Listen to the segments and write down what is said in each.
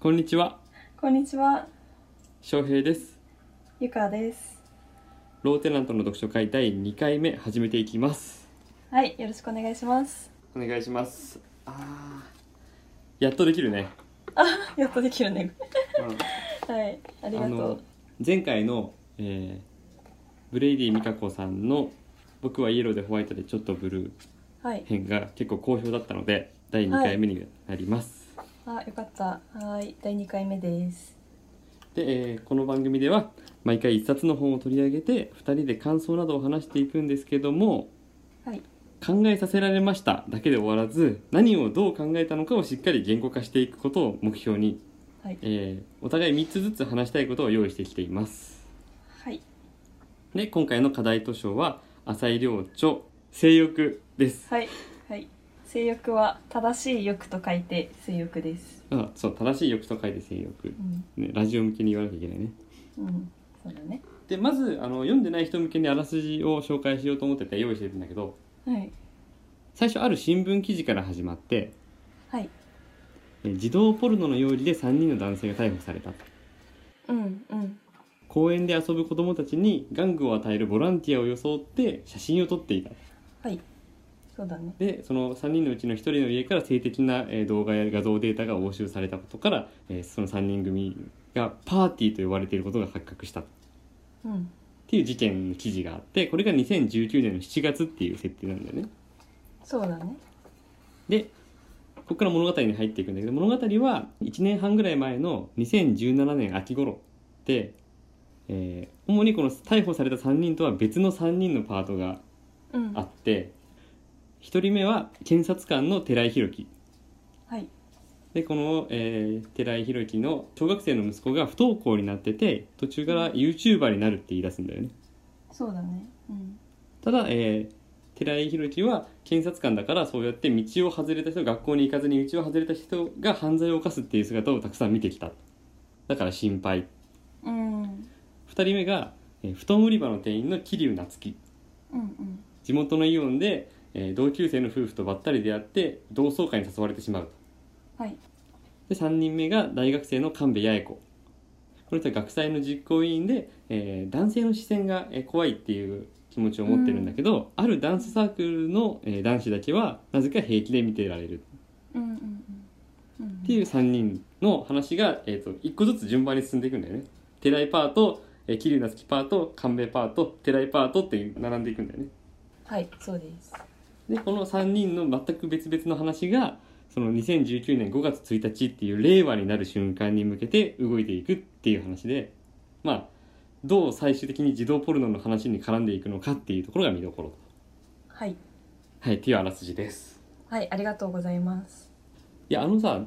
こんにちは、こんにちは、翔平です。ゆかです。ローテナントの読書会第2回目始めていきます。はい、よろしくお願いします。お願いします。あーやっとできるね。やっとできるね。うはい、ありん、がとのう。前回の、えーブレイディ美香子さんの「僕はイエローでホワイトでちょっとブルーはい」、編が結構好評だったので第2回目になります。あ、よかった。はーい、第二回目です。で、えーこの番組では毎回一冊の本を取り上げて2人で感想などを話していくんですけどもはい、考えさせられましただけで終わらず何をどう考えたのかをしっかり言語化していくことを目標に、はい、えーお互い3つずつ話したいことを用意してきていますはい、で今回の課題図書は浅井亮著「性欲」ですはい、はい。性欲は正しい欲と書いて性欲です。あそう正しい欲と書いて性欲う、ん、ね、ラジオ向けに言わなきゃいけないねうん、そうだね。でまずあの読んでない人向けにあらすじを紹介しようと思ってて用意してるんだけどはい、最初ある新聞記事から始まってはい、えー児童ポルノの容疑で3人の男性が逮捕されたとうん、うん、公園で遊ぶ子どもたちに玩具を与えるボランティアを装って写真を撮っていたはい。そうだね。でその3人のうちの1人の家から性的なえー動画や画像データが押収されたことからえーその3人組がパーティーと呼ばれていることが発覚したっうん、ていう事件の記事があってこれが2019年の7月っていう設定なんだよねそうだね。でここから物語に入っていくんだけど物語は1年半ぐらい前の2017年秋頃で、えー主にこの逮捕された3人とは別の3人のパートがうん、あはって1人目は検察官の寺井宏樹い、でこの、えー寺井宏樹の小学生の息子が不登校になってて途中から YouTuber になるって言い出すんだよねそうだね。うん、ただ、えー寺井宏樹は検察官だからそうやって道を外れた人学校に行かずに道を外れた人が犯罪を犯すっていう姿をたくさん見てきただから心配うん、うん、 2人目が、えー布団売り場の店員の桐生夏樹うん、地元のイオンで、えー同級生の夫婦とばったり出会って同窓会に誘われてしまうとはい、で3人目が大学生の神戸八重子この人は学祭の実行委員で、えー男性の視線がえー怖いっていう気持ちを持ってるんだけど、あるダンスサークルの、えー男子だけはなぜか平気で見てられるうん、うん、うん、うん、っていう3人の話が、えー、と1個ずつ順番に進んでいくんだよね。寺井パート、えー、桐生夏樹パート神戸パート寺井パートっていう並んでいくんだよね。はい、そうです。でこの3人の全く別々の話がその2019年5月1日っていう令和になる瞬間に向けて動いていくっていう話でまあどう最終的に児童ポルノの話に絡んでいくのかっていうところが見どころはい、はいっていうあらすじですはい、ありがとうございます。いやあのさ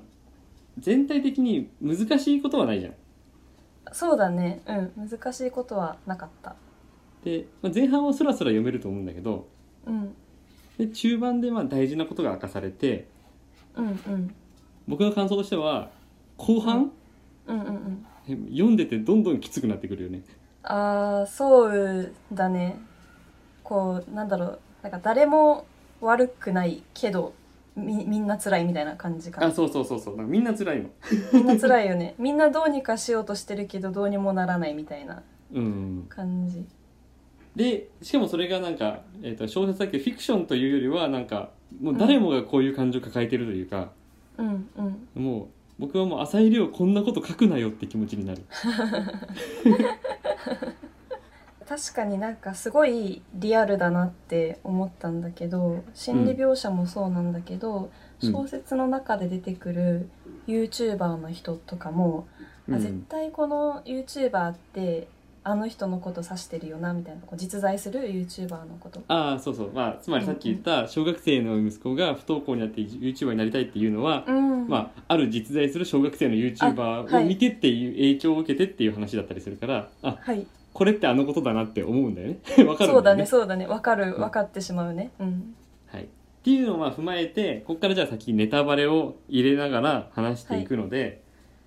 全体的に難しいことはないじゃんそうだね、うん、難しいことはなかった。で、まあ前半はスラスラ読めると思うんだけどうん、で中盤でまあ大事なことが明かされてうん、うん、僕の感想としては後半、うん、うん、うん。読んでてどんどんきつくなってくるよねああ、そうだね。こう、なんだろう、なんか誰も悪くないけど、み、みんな辛いみたいな感じかあな。そうそうそうそうなんかみんな辛いのみんな辛いよね。みんなどうにかしようとしてるけど、どうにもならないみたいなうん感じ。でしかもそれがなんか、えー、と小説だけどフィクションというよりはなんかもう誰もがこういう感情を抱えてるというか、うん、うん。もう僕はもう浅井亮こんなこと書くなよって気持ちになる確かになんかすごいリアルだなって思ったんだけど心理描写もそうなんだけど、うん小説の中で出てくる YouTuber の人とかも、うあ絶ん、対この YouTuber ってあの人のこと指してるよなみたいなこう実在する YouTuber のこと。ああそうそうまあつまりさっき言った小学生の息子が不登校になって YouTuber になりたいっていうのは、うんまあ、ある実在する小学生の YouTuber あをはい見てっていう影響を受けてっていう話だったりするからあはい、これってあのことだなって思うんだよね わかるんそうだねねそうだねわかるうん分かってしまうね。うん、はい、っていうのをまあ踏まえてここからじゃあ先ネタバレを入れながら話していくので、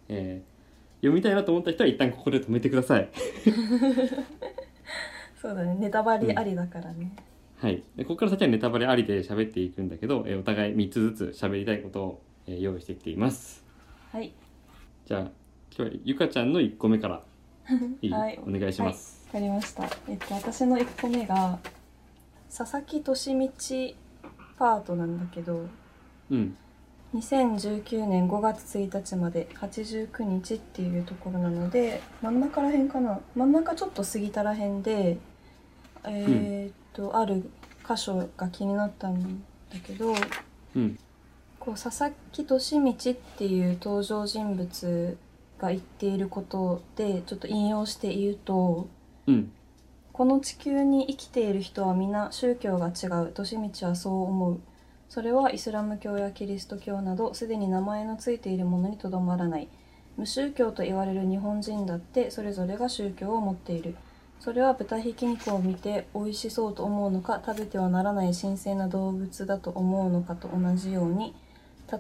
えー読みたいなと思った人は一旦ここで止めてください。そうだねネタバレありだからね。はい、でここから先はネタバレありで喋っていくんだけど、えーお互い3つずつ喋りたいことを、えー用意してきています。はいじゃあ今日はゆかちゃんの1個目からいい、はいお願いします、わかりました。えっと私の一個目が佐々木利道パートなんだけど、うん2019年5月1日まで89日っていうところなので、真ん中らへんかな。真ん中ちょっと過ぎたらへんで、えーっと、ある箇所が気になったんだけど、うんこう佐々木利道っていう登場人物が言っていることでちょっと引用して言うとうん「この地球に生きている人は皆宗教が違う利道はそう思う」「それはイスラム教やキリスト教などすでに名前のついているものにとどまらない」「無宗教と言われる日本人だってそれぞれが宗教を持っている」それは豚ひき肉を見て美味しそうと思うのか食べてはならない神聖な動物だと思うのかと同じように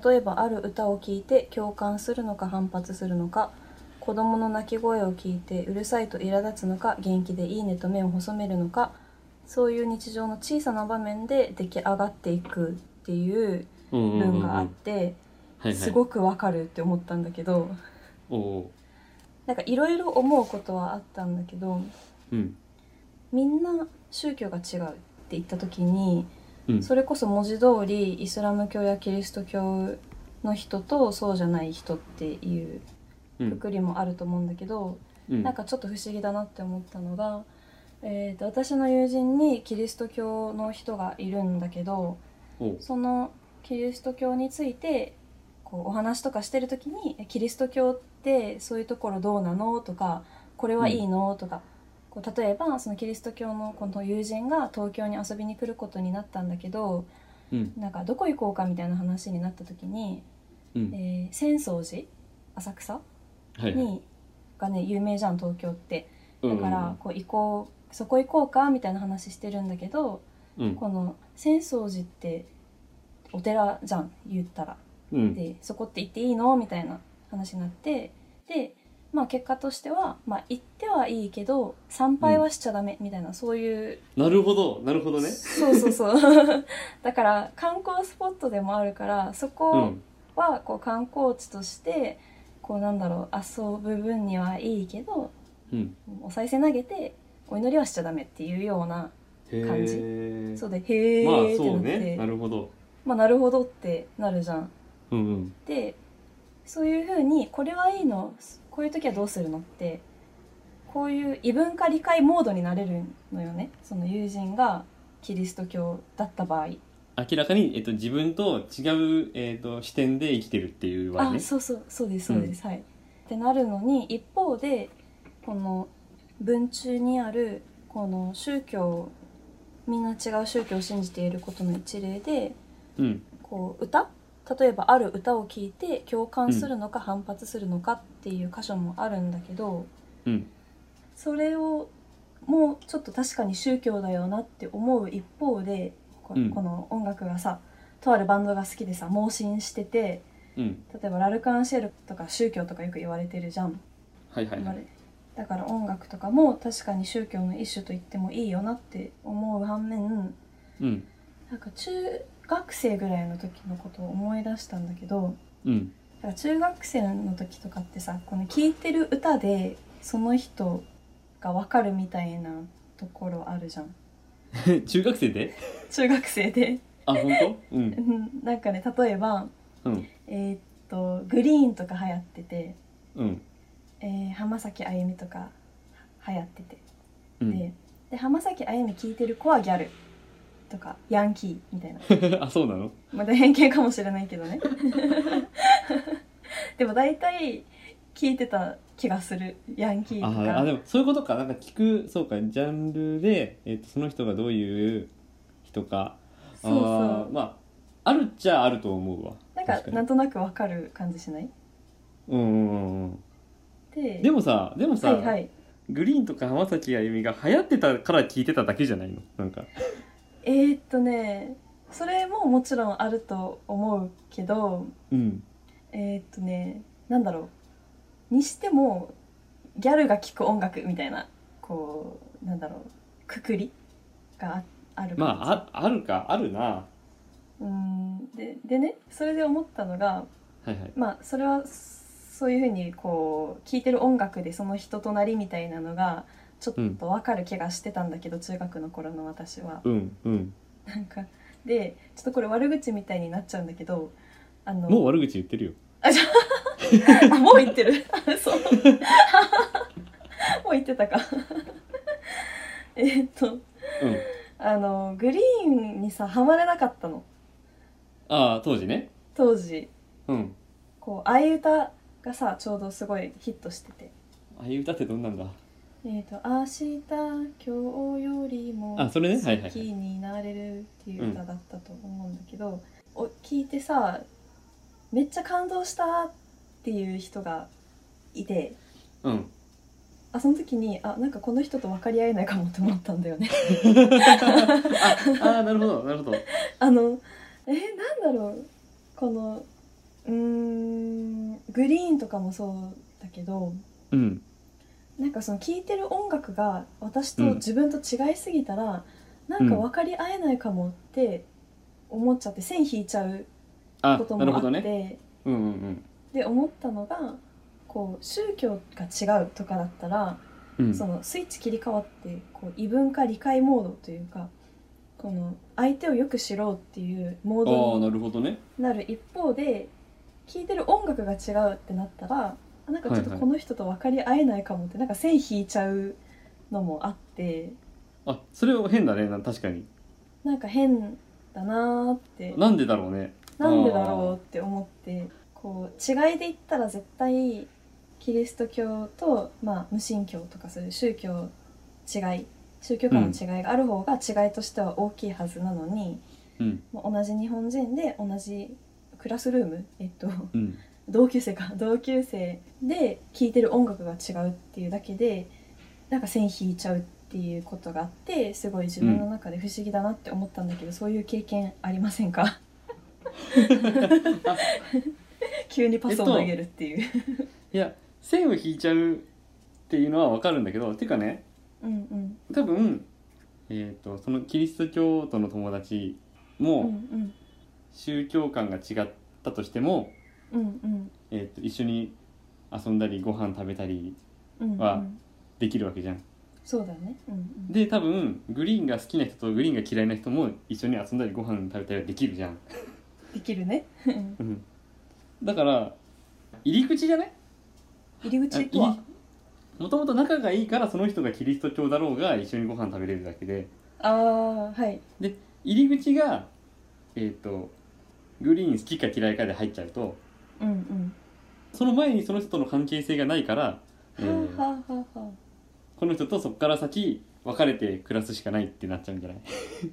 例えばある歌を聴いて共感するのか反発するのか子供の泣き声を聞いてうるさいと苛立つのか元気でいいねと目を細めるのかそういう日常の小さな場面で出来上がっていくっていううんうんうんうん文があって、はいはいすごくわかるって思ったんだけどおおなんかいろいろ思うことはあったんだけどーうんみんな宗教が違うって言った時にうんそれこそ文字通りイスラム教やキリスト教の人とそうじゃない人っていううんくくりもあると思うんだけど、うんなんかちょっと不思議だなって思ったのが、えー、と私の友人にキリスト教の人がいるんだけどおーそのキリスト教についてこうお話とかしてる時にえ「キリスト教ってそういうところどうなの?」とか「これはいいの?」とか、こう例えばそのキリスト教のこの友人が東京に遊びに来ることになったんだけどうんなんかどこ行こうかみたいな話になった時に、うんえー浅草寺浅草はいはいにがね有名じゃん東京ってうんだからこう行こうそこ行こうかみたいな話してるんだけどうんこの浅草寺ってお寺じゃん言ったらうんでそこって行っていいのみたいな話になってでまあ結果としては、まあ、行ってはいいけど参拝はしちゃダメみたいな、そういうなるほどなるほどねそうそうそう だから観光スポットでもあるからそこはこう観光地としてこうなんだろう遊ぶ分にはいいけどうんうんお賽銭投げてお祈りはしちゃダメっていうようなへー感じそうで「へまあえ」ってそなうって、ねなるほどまあ、なるほどってなるじゃん。うんうんでそういうふうに「これはいいのこういう時はどうするの?」ってこういう異文化理解モードになれるのよねその友人がキリスト教だった場合。明らかに、えっと、自分と違う、えっと、視点で生きてるっていうわあねそうそうそうですそうです、はい。ってなるのに一方でこの文中にあるこの宗教みんな違う宗教を信じていることの一例でうんこう歌例えばある歌を聴いて共感するのか反発するのかっていう箇所もあるんだけどうんそれをもうちょっと確かに宗教だよなって思う一方でこ,、うんこの音楽がさとあるバンドが好きでさ盲信しててうん例えばラルカンシェルとか宗教とかよく言われてるじゃん。はいはい言はわいれだから音楽とかも確かに宗教の一種と言ってもいいよなって思う反面うんなんか中学生ぐらいの時のことを思い出したんだけどうん だから中学生の時とかってさこの聴いてる歌でその人がわかるみたいなところあるじゃん中学生で中学生で あ本当ううんんなんかね例えばうんえーっとグリーンとか流行ってて、うんえー浜崎あゆみとか流行っててうでんで浜崎あゆみ聴いてる子はギャルとかヤンキーみたいな あそうなのまだ偏見かもしれないけどね でも大体聴いてた気がするヤンキーとああかでもそういうことかなんか聞くそうかジャンルで、えっと、その人がどういう人かそうそあーうまああるっちゃあると思うわなんか確になんとなくわかる感じしないうんうんうんでうんでもさでもさ、はいはいグリーンとか浜崎あゆみが流行ってたから聞いてただけじゃないのなんかえー、っとねそれももちろんあると思うけどうんえー、っとねなんだろうにしてもギャルが聴く音楽みたいなこうなんだろうくくりがああるま感あああるかあるなじうーんででねそれで思ったのがはいはいまあそれはそういうふうにこう聴いてる音楽でその人となりみたいなのがちょっとわかる気がしてたんだけど、中学の頃の私は。うんうんなんかでちょっとこれ悪口みたいになっちゃうんだけどあのもう悪口言ってるよあもう言ってる あそうもう言ってたか えっとうんあのグリーンにさハマれなかったのああ当時ね当時うんこう「あいうた」がさちょうどすごいヒットしててああいう歌ってどんなんだえっ、と「明日今日よりもあそれねはいはいはい好きになれる」っていう歌だったと思うんだけど、お聞いてさめっちゃ感動したっていう人がいてうんあその時にあなんかこの人と分かり合えないかもって思ったんだよね ああーなるほどなるほどあのえー、なんだろうこのうーんグリーンとかもそうだけどうんなんかその聴いてる音楽が私と自分と違いすぎたら、なんか分かり合えないかもって思っちゃって線引いちゃうあことなるもあほって、どねうんうんうんで思ったのがこう宗教が違うとかだったら、うんそのスイッチ切り替わってこう異文化理解モードというかこの相手をよく知ろうっていうモーあドあになるほどねなる一方で聴いてる音楽が違うってなったらあなんかちょっはいとはいこの人と分かり合えないかもって、なんか線引いちゃうのもあってあそれは変だねな確かになんか変だなーってなんでだろうねなんでだろうって思ってこう違いで言ったら絶対キリスト教と、まあ、無神教とかそういう宗教違い宗教間の違いがある方が違いとしては大きいはずなのに、うんもう同じ日本人で同じクラスルーム、えっと、うん同級生か同級生で聴いてる音楽が違うっていうだけでなんか線引いちゃうっていうことがあってすごい自分の中で不思議だなって思ったんだけど、そういう経験ありませんか 急にパスを投げるっていう、いや線を引いちゃうっていうのはわかるんだけどていうかねうんうん多分えっ、とそのキリスト教徒の友達うんうもん宗教観が違ったとしても、うんうんえー、と一緒に遊んだりご飯食べたりうんうんはできるわけじゃん。そうだねうんうんで多分グリーンが好きな人とグリーンが嫌いな人も一緒に遊んだりご飯食べたりはできるじゃん。できるねうんうんだから入り口じゃない 入りあ口とはもともと仲がいいからその人がキリスト教だろうが一緒にご飯食べれるだけでああはい入り口がえっ、とグリーン好きか嫌いかで入っちゃうとうんうんその前にその人との関係性がないから、えーはあはあはあはこの人とそこから先別れて暮らすしかないってなっちゃうんじゃない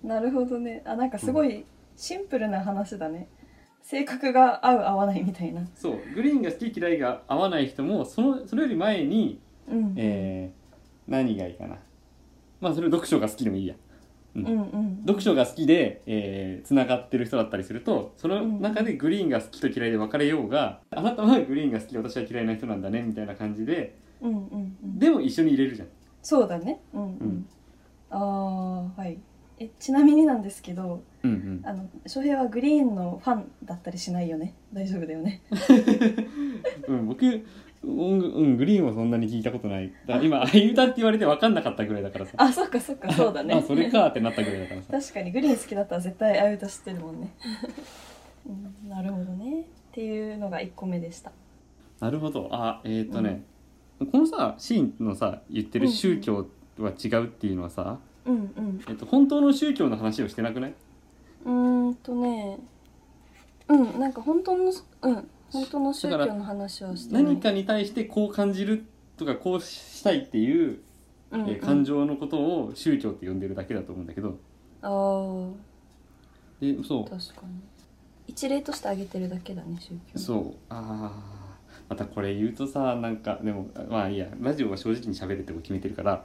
あなるほどねあなんかすごいシンプルな話だね性格が合う合わないみたいなそうグリーンが好き嫌いが合わない人もそのそれより前に、うん、えー何がいいかなまあそれ読書が好きでもいいやうんうん読書が好きでつな、えー繋がってる人だったりするとその中でグリーンが好きと嫌いで別れようが、あなたはグリーンが好き私は嫌いな人なんだねみたいな感じでうんうんうんでも一緒に入れるじゃん。そうだねうんうん、うんああはいえちなみになんですけどうんうん、あの翔平はグリーンのファンだったりしないよね大丈夫だよねうん、僕、うん、うんグリーンはそんなに聞いたことない。だから今、あいう歌って言われて分かんなかったぐらいだからさ。あそっかそっ かそうだねあ、それかってなったぐらいだからさ。確かにグリーン好きだったら絶対ああいう歌知ってるもんね、うん、なるほどねっていうのが1個目でしたなるほど。あ、えっ、とね、このさ、シーンのさ、言ってる宗教は違うっていうのはさ、うんうんえっと、本当の宗教の話をしてなくないうーんとねうんなんか本当のうん本当の宗だから教の話をしてない何かに対してこう感じるとか、こうしたいっていう、うんうんえー感情のことを宗教って呼んでるだけだと思うんだけど、あーで、そう。確かに一例として挙げてるだけだね宗教そうあーまたこれ言うとさなんかでもまあいいやラジオは正直に喋るって決めてるから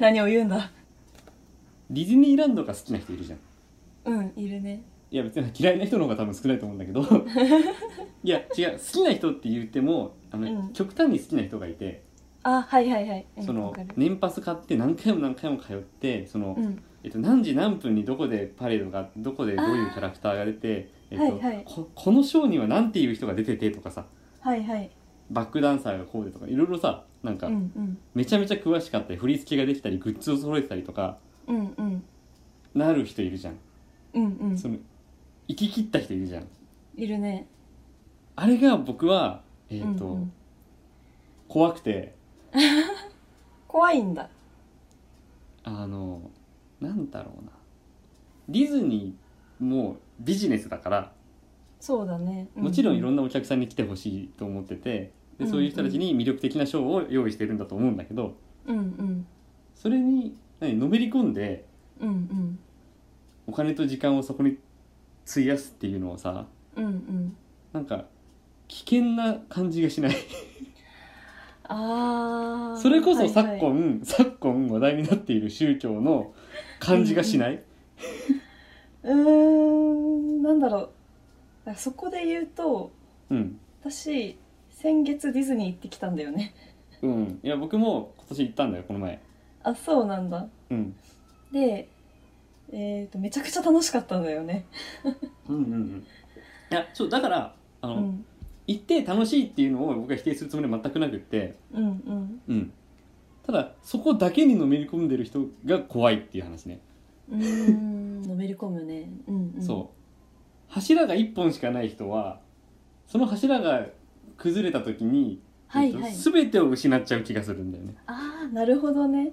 何を言うんだディズニーランドが好きな人いるじゃんうんいるねいや別に嫌いな人の方が多分少ないと思うんだ けどいや違う好きな人って言ってもあの、うん極端に好きな人がいてあはいはいはい、うんそわのかる年パス買って何回も何回も通ってその、うんえっと、何時何分にどこでパレードがどこでどういうキャラクターが出てえっとはいはいここの章には何ていう人が出ててとかさはいはいバックダンサーがこうでとかいろいろさなんうかんめちゃめちゃ詳しかったり振り付けができたりグッズを揃えてたりとかうんうんうんなる人いるじゃんうんうんその行き切った人いるじゃんいるねあれが僕はえっ、と、うんうん怖くて怖いんだあのなんだろうなディズニーもビジネスだからそうだねもちろんいろんんなお客さんに来てほしいと思っててでうんそういう人たちに魅力的なショーを用意してるんだと思うんだけどうんうんそれに何のめり込んでうんうんお金と時間をそこに費やすっていうのはさうんうんなんか危険な感じがしないあーそれこはそいはい昨今、昨今話題になっている宗教の感じがしない、うーんなんだろうだからそこで言うとうん私先月ディズニー行ってきたんだよね うん、いや僕も今年行ったんだよこの前あそうなんだうんでえっ、とめちゃくちゃ楽しかったんだよねうんうんうんいやそうだからあうの、ん行って楽しいっていうのを僕は否定するつもりは全くなくって、うんうんうん、ただそこだけにのめり込んでる人が怖いっていう話ね、うーんのめり込むねうん、うん、そう柱が1本しかない人はその柱が崩れた時に、はいはいえっと全てを失っちゃう気がするんだよねああなるほどね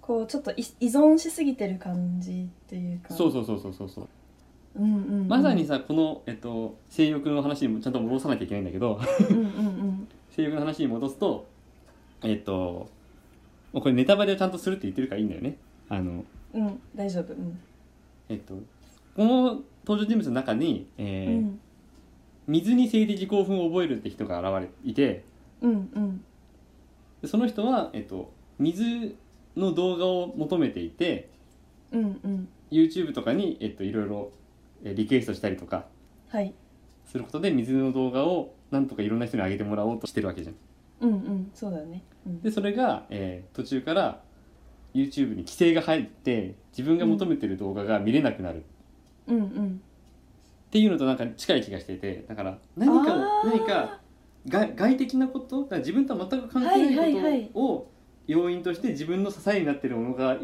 こうちょっとい依存しすぎてる感じっていうかそうう、そうそうそうそうそううんうんうん、まさにさこの、えっと、性欲の話にもちゃんと戻さなきゃいけないんだけど うんうんうん性欲の話に戻すとえっともうこれネタバレをちゃんとするって言ってるからいいんだよねあのうん大丈夫うん、えっと、この登場人物の中に、えーうん水に性的興奮を覚えるって人が現れていてうんうんでその人は、えっと、水の動画を求めていてうんうん YouTube とかに、えっと、いろいろえーリクエストしたりとかはいすることで水の動画をなんとかいろんな人に上げてもらおうとしてるわけじゃん。うんうんそうだね、うん、でそれが、えー途中から YouTube に規制が入って自分が求めてる動画が見れなくなるうんうんっていうのとなんか近い気がしていてだから何かをあー何か外外的なことだから自分とは全く関係はないいはいはいことを要因として自分の支えになってるものが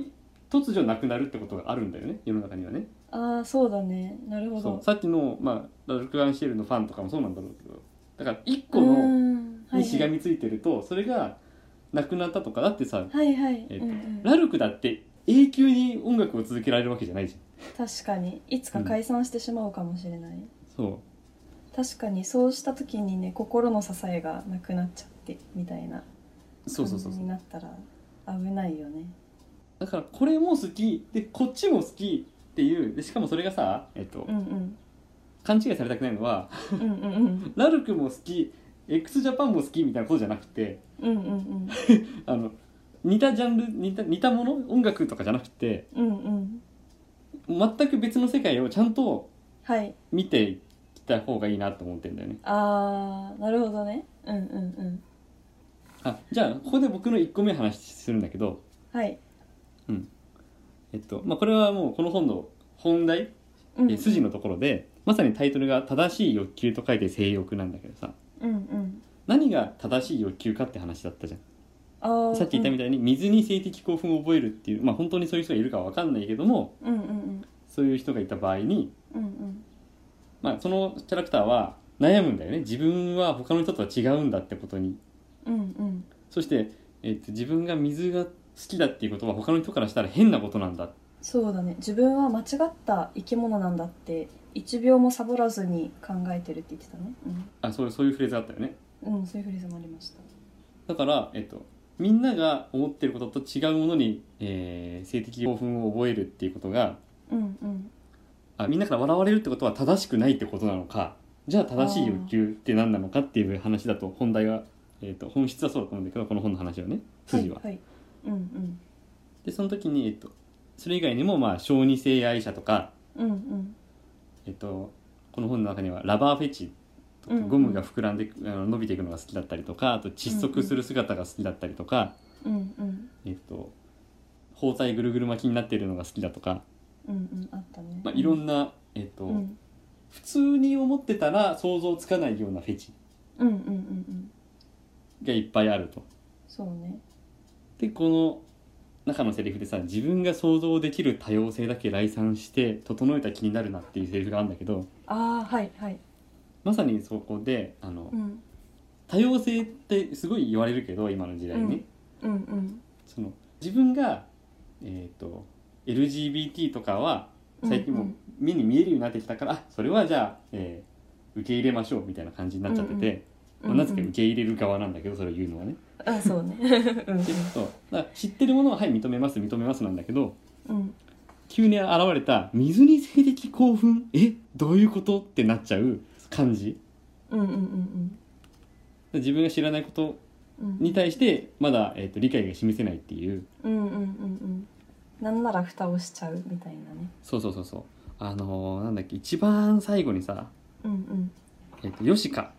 突如なくなるってことがあるんだよね世の中にはねああそうだねなるほそどうさっきの、まあ、ラルク・アンシエルのファンとかもそうなんだろうけどだから一う個ーのんはいにしがみついてるとそれがなくなったとかだってさはいはいはい、えっとうんうん、ラルクだって永久に音楽を続けられるわけじゃないじゃん確かにいつか解散してしまうかもしれない、そ確かにそうした時にね心の支えがなくなっちゃってみたいなうそうそうそう感そじうになったら危ないよねだからこれも好きでこっちも好きっていうでしかもそれがさ、えっとうんうん勘違いされたくないのはうんうんラルクも好き x ジャパンも好きみたいなことじゃなくてうんうんうんあの似たジャンル似た似たもの音楽とかじゃなくてうんうんうん全く別の世界をちゃんとはい見ていった方がいいなと思ってんだよねあーなるほどねうんうんうんあじゃあここで僕の1個目話するんだけど、はい、えっとまあ、これはもうこの本の本題、うんえ筋のところでまさにタイトルが「正しい欲求」と書いて「性欲」なんだけどさうんうん何が正しい欲求かって話だったじゃんあーさっき言ったみたいに水に性的興奮を覚えるっていうまあ本当にそういう人がいるかは分かんないけどもうんうんうんそういう人がいた場合に、うんうんまあ、そのキャラクターは悩むんだよね自分は他の人とは違うんだってことにうんうんそして、えっと自分が水が好きだっていうことは他の人からしたら変なことなんだそうだね自分は間違った生き物なんだって一秒もサボらずに考えてるって言ってたねあそうそういうフレーズあったよねうん、うん、そういうフレーズもありましただから、えっとみんなが思ってることと違うものに、えー性的興奮を覚えるっていうことがうんうんあみんなから笑われるってことは正しくないってことなのかじゃあ正しい欲求って何なのかっていう話だと本題は、えー、と本質はそうだと思うんだけどこの本の話はね筋は。いはい、うんでその時に、えっとそれ以外にも、まあ、小児性愛者とか、うんうんうんえっとこの本の中にはラバーフェチとかうんうんゴムが膨らんでくあの伸びていくのが好きだったりとかあと窒息する姿が好きだったりとか、うんうんえっと包帯ぐるぐる巻きになっているのが好きだとか、うんうんあったねまあ、いろんな、えっとうん普通に思ってたら想像つかないようなフェチうんうんうんうんがいっぱいあると。そうねでこの中のセリフでさ自分が想像できる多様性だけ来賛して整えた気になるなっていうセリフがあるんだけどああはいはいまさにそこであの、うん多様性ってすごい言われるけど今の時代ね、うんうんうんその自分が、えー、と LGBT とかは最近うもん目に見えるようになってきたから、あそれはじゃあ、えー受け入れましょうみたいな感じになっちゃってて、うんうんまあなぜか受け入れる側なんだけどそれを言うのはね。あ ーそうねうんでそうだから知ってるものは「はい認めます認めます」なんだけどうん急に現れた「水に性的興奮えどういうこと?」ってなっちゃう感じうんうんうん自分が知らないことうんに対してまだ、えー、と理解が示せないっていううんうんうんうんなんなら蓋をしちゃうみたいなねそうそうそうそうあのーなんだっけ一番最後にさうんうんえっとヨシカ、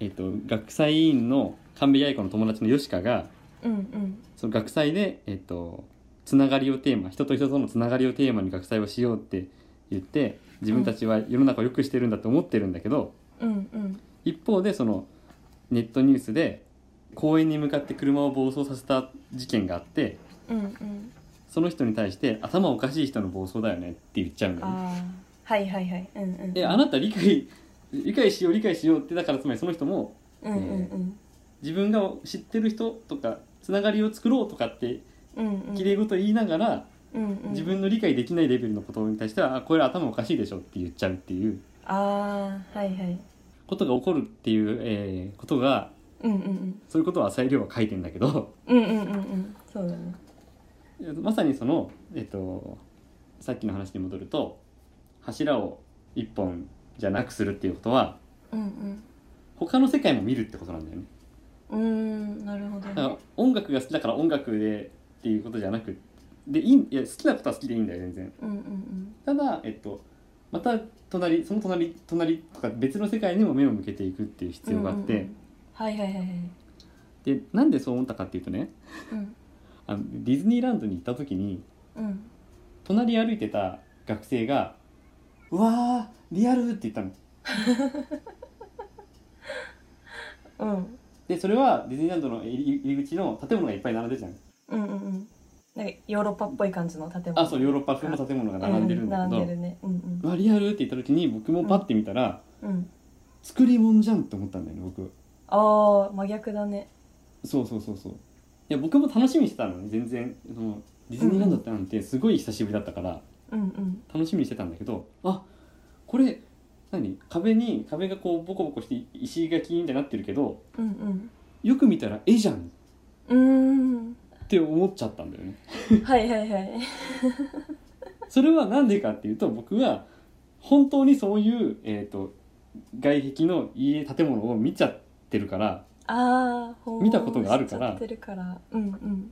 えっと学祭委員の神戸八重子の友達のヨシカがうんうんその学祭で、えっとつながりをテーマ人と人とのつながりをテーマに学祭をしようって言って自分たちは世の中を良くしてるんだと思ってるんだけど、うんうん一方でそのネットニュースで公園に向かって車を暴走させた事件があってうんうんその人に対して「頭おかしい人の暴走だよね」って言っちゃうんだよね。ああはいはいはいうんうんであなた理解理解しよう理解しようってだからつまりその人もうんうん自分が知ってる人とかつながりを作ろうとかってうんうんうんきれいごと言いながら、うんうん自分の理解できないレベルのことに対してはあこれ頭おかしいでしょって言っちゃうっていうああはいはいことが起こるっていう、えーことがうんうんそういうことを浅井亮は書いてんだけど うんうんうんうんうんそうだねいやまさにその、えっとさっきの話に戻ると柱を一本じゃなくするっていうことはうん他の世界も見るってことなんだよね。うんうーんなるほどだかねら音楽が好きだから音楽でっていうことじゃなくでいいいや好きなことは好きでいいんだよ全然。うんうんただ、えっと、また隣その隣隣とか別の世界にも目を向けていくっていううん必要があって、うんうんうんはいはいはいはいでなんでそう思ったかっていうとねうんあのディズニーランドに行った時にうん隣歩いてた学生が「うわーリアル!」って言ったの。うんでそれはディズニーランドの入り入り口の建物がいっぱい並んでるじゃん。うんうんうんなんかヨーロッパっぽい感じの建物あそうヨーロッパ風の建物が並んでるんだけう並どんでるねうん「うわリアル!」って言った時に僕もパッて見たら、うんうん作り物じゃんって思ったんだよね僕。ああ真逆だねそうそうそうそういや僕も楽しみにしてたのね全然そのディズニーランドってなんてすごい久しぶりだったからうんうん楽しみにしてたんだけどあこれ何壁に壁がこうボコボコして石垣みたいになってるけどうんよく見たら絵じゃんうんうって思っちゃったんだよねーんはいはいはいそれはなんでかっていうと僕は本当にそういう、えー、と外壁の家建物を見ちゃってるからああ見たことがあるからてるからうんうん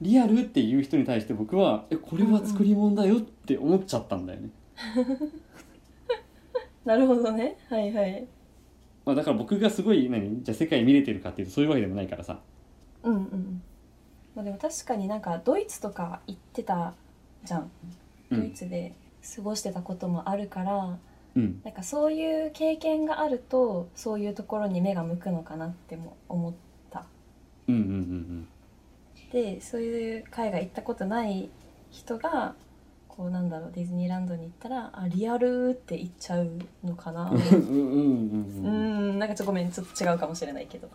リアルっていう人に対して僕はえこれは作り物だよって思っちゃったんだよねなるほどねはいはいまあ、だから僕がすごい何じゃあ世界見れてるかっていうとそういうわけでもないからさうんうんまあでも確かになんかドイツとか行ってたじゃんうドイん、ツで過ごしてたこともあるから、うん、なんかそういう経験があるとそういうところに目が向くのかなっても思っうんうんうんてそういう海外行ったことない人がこうなんだろうディズニーランドに行ったらあリアルって言っちゃうの かなうんうんうんううんうんんなんかちょっとごめんちょっと違うかもしれないけど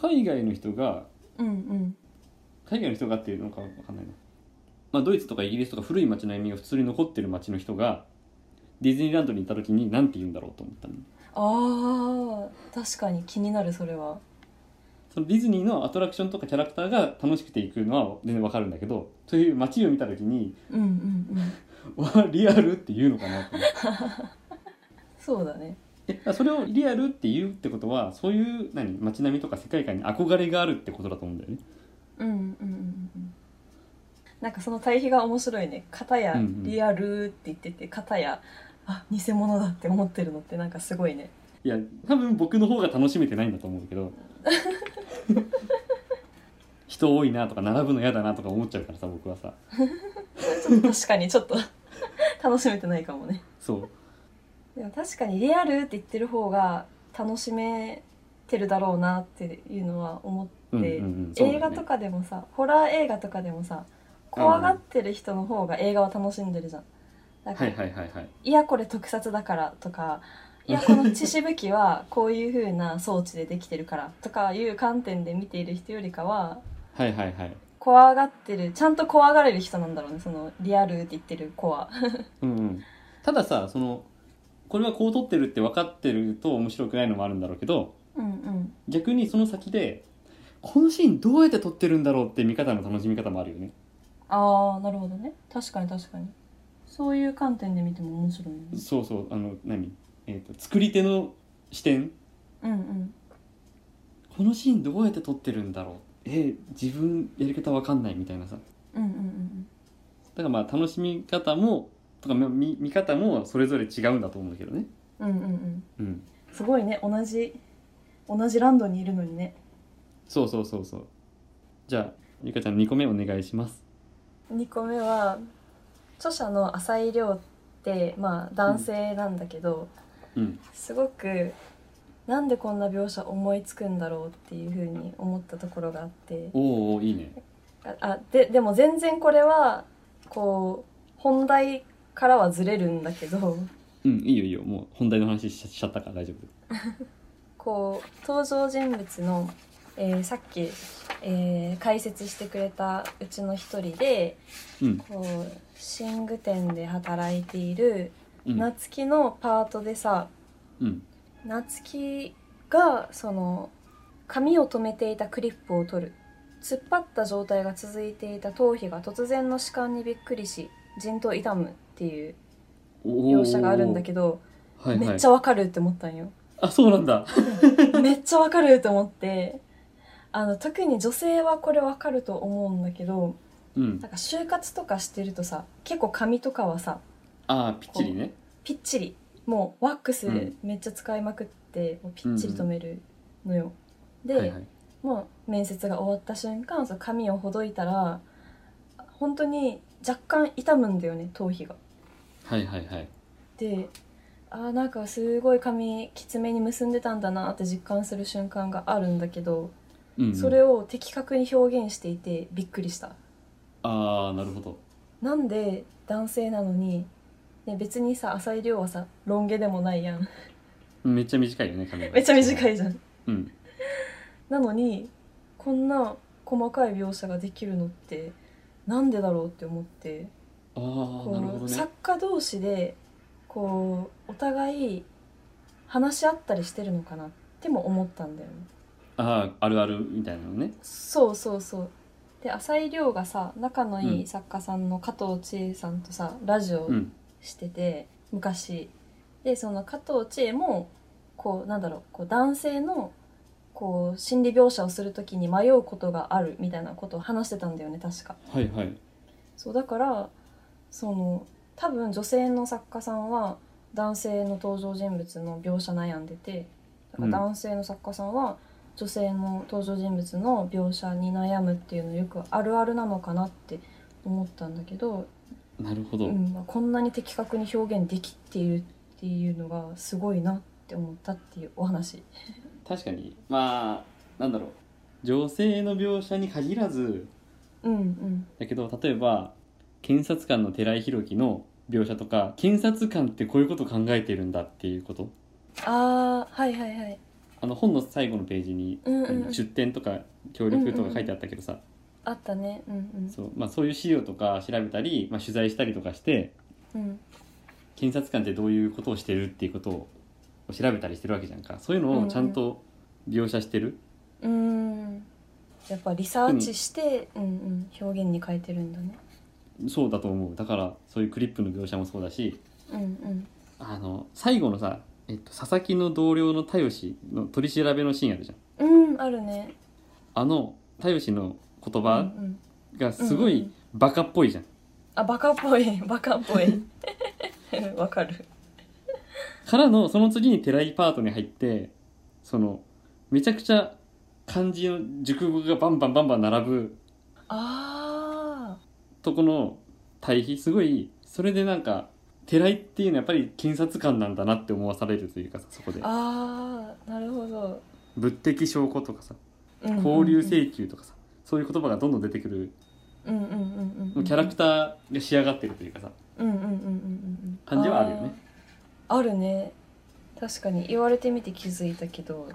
海外の人がうんうん海外の人がっていうのかわかんないな、まあ、ドイツとかイギリスとか古い街の意味が普通に残ってる街の人がディズニーランドに行った時に何て言うんだろうと思ったのあー確かに気になるそれはそのディズニーのアトラクションとかキャラクターが楽しくて行くのは全然わかるんだけどそういう街を見た時にうんうんうん「わリアル?」って言うのかなと思ってそうだねえだからそれをリアルって言うってことはそういう何街並みとか世界観に憧れがあるってことだと思うんだよねうんうんうんうんなんかその対比が面白いね片やうんうんリアルって言ってて片やあ偽物だって思ってるのってなんかすごいねいや多分僕の方が楽しめてないんだと思うけ ど人多いなとか並ぶの嫌だなとか思っちゃうからさ僕はさ ちょっと確かにちょっと楽しめてないかもねそういやも確かにリアルって言ってる方が楽しめてるだろうなっていうのは思って、うんうんうんそうだね映画とかでもさホラー映画とかでもさ怖がってる人の方が映画を楽しんでるじゃん。だかはらいはいはいはいいやこれ特撮だからとかいやこの血しぶ きはこういう風な装置でできてるからとかいう観点で見ている人よりかははいはいはい怖がってるちゃんと怖がれる人なんだろうねそのリアルって言ってる子は。うんうん、たださそのこれはこう撮ってるって分かってると面白くないのもあるんだろうけどうんうん、逆にその先でこのシーンどうやって撮ってるんだろうって見方の楽しみ方もあるよねああなるほどね確かに確かにそういう観点で見ても面白いよね。そうそうあの何、えー、と作り手の視点うんうんこのシーンどうやって撮ってるんだろうえー自分やり方分かんないみたいなさだうんうんうんからまあ楽しみ方もとかまあ見見方もそれぞれ違うんだと思うけどねうんうんうんうんすごいね同じ同じランドにいるのにねそうそうそうそうじゃあゆかちゃん2個目お願いします2個目は著者の浅井亮ってまあ男性なんだけど、うんすごくなんでこんな描写思いつくんだろうっていうふうに思ったところがあっておーおーいいねああででも全然これはこう本題からはずれるんだけどうんいいよいいよもう本題の話しちゃったから大丈夫こう登場人物の、えーさっき、えー解説してくれたうちの一人でうんこう寝具店で働いているうん夏希のパートでさうん夏希がその髪を留めていたクリップを取る突っ張った状態が続いていた頭皮が突然の弛緩にびっくりし陣頭痛むっていう描写があるんだけど、ど、はいはい、めっちゃわかるって思ったんよ。 あそうなんだめっちゃわかると思ってあの特に女性はこれわかると思うんだけどうんなんか就活とかしてるとさ結構髪とかはさああぴっちりねぴっちりもうワックスうんめっちゃ使いまくって、もうぴっちり止めるのよ。で、はいはいもう面接が終わった瞬間その髪をほどいたら本当に若干痛むんだよね頭皮が。はいはいはいであーなんかすごい髪きつめに結んでたんだなって実感する瞬間があるんだけど。うんうん、それを的確に表現していてびっくりしたああなるほどなんで男性なのに、ね、別にさ浅井亮はさロン毛でもないやん めっちゃ短いよね髪がめっちゃ短いいじゃんうんなのにこんな細かい描写ができるのってなんでだろうって思ってああなるほこどねう作家同士でこうお互い話し合ったりしてるのかなっても思ったんだよねあああるあるみたいなのねそうそうそうで浅井亮がさ仲のいい作家さんの加藤千恵さんとさラジオうんしてて、昔でその加藤千恵もこうなんだろうこう男性のこう心理描写をする時に迷うことがあるみたいなことを話してたんだよね確かはいはいそうだからその多分女性の作家さんは男性の登場人物の描写悩んでてだから男性の作家さんは女性の登場人物の描写に悩むっていうのよくあるあるなのかなって思ったんだけどなるほど、うんまあ、こんなに的確に表現できているっていうのがすごいなって思ったっていうお話確かにまあなんだろう女性の描写に限らずうんうんだけど例えば検察官の寺井宏樹の描写とか検察官ってこういうこと考えてるんだっていうことああはいはいはいあの本の最後のページに、うんうんうん出典とか協力とか書いてあったけどさ、あったねうんうんそうまあ、そういう資料とか調べたり、まあ、取材したりとかしてうん検察官ってどういうことをしてるっていうことを調べたりしてるわけじゃんかそういうのをちゃんと描写してる、うーんやっぱリサーチして、うんうん、表現に変えてるんだねそうだと思うだからそういうクリップの描写もそうだしうんうんあの最後のさ、えっと、佐々木の同僚の田吉の取り調べのシーンあるじゃんうんあるねあの田吉の言う葉んうん、がすごいバカっぽいじゃんあバカっぽい バカっぽいわかるからのその次に寺井パートに入ってそのめちゃくちゃ漢字の熟語がバンバンバンバン並ぶあとこの対比すごいそれでなんか寺井っていうのはやっぱり検察官なんだなって思わされるというかさそこでああなるほど、物的証拠とかさうんうんうん交流請求とかさ、そういう言葉がどんどん出てくるうんうんうんうんキャラクターが仕上がってるというかさうんうんうんうんうんうん感じはあるよねあーあるね確かに言われてみて気づいたけど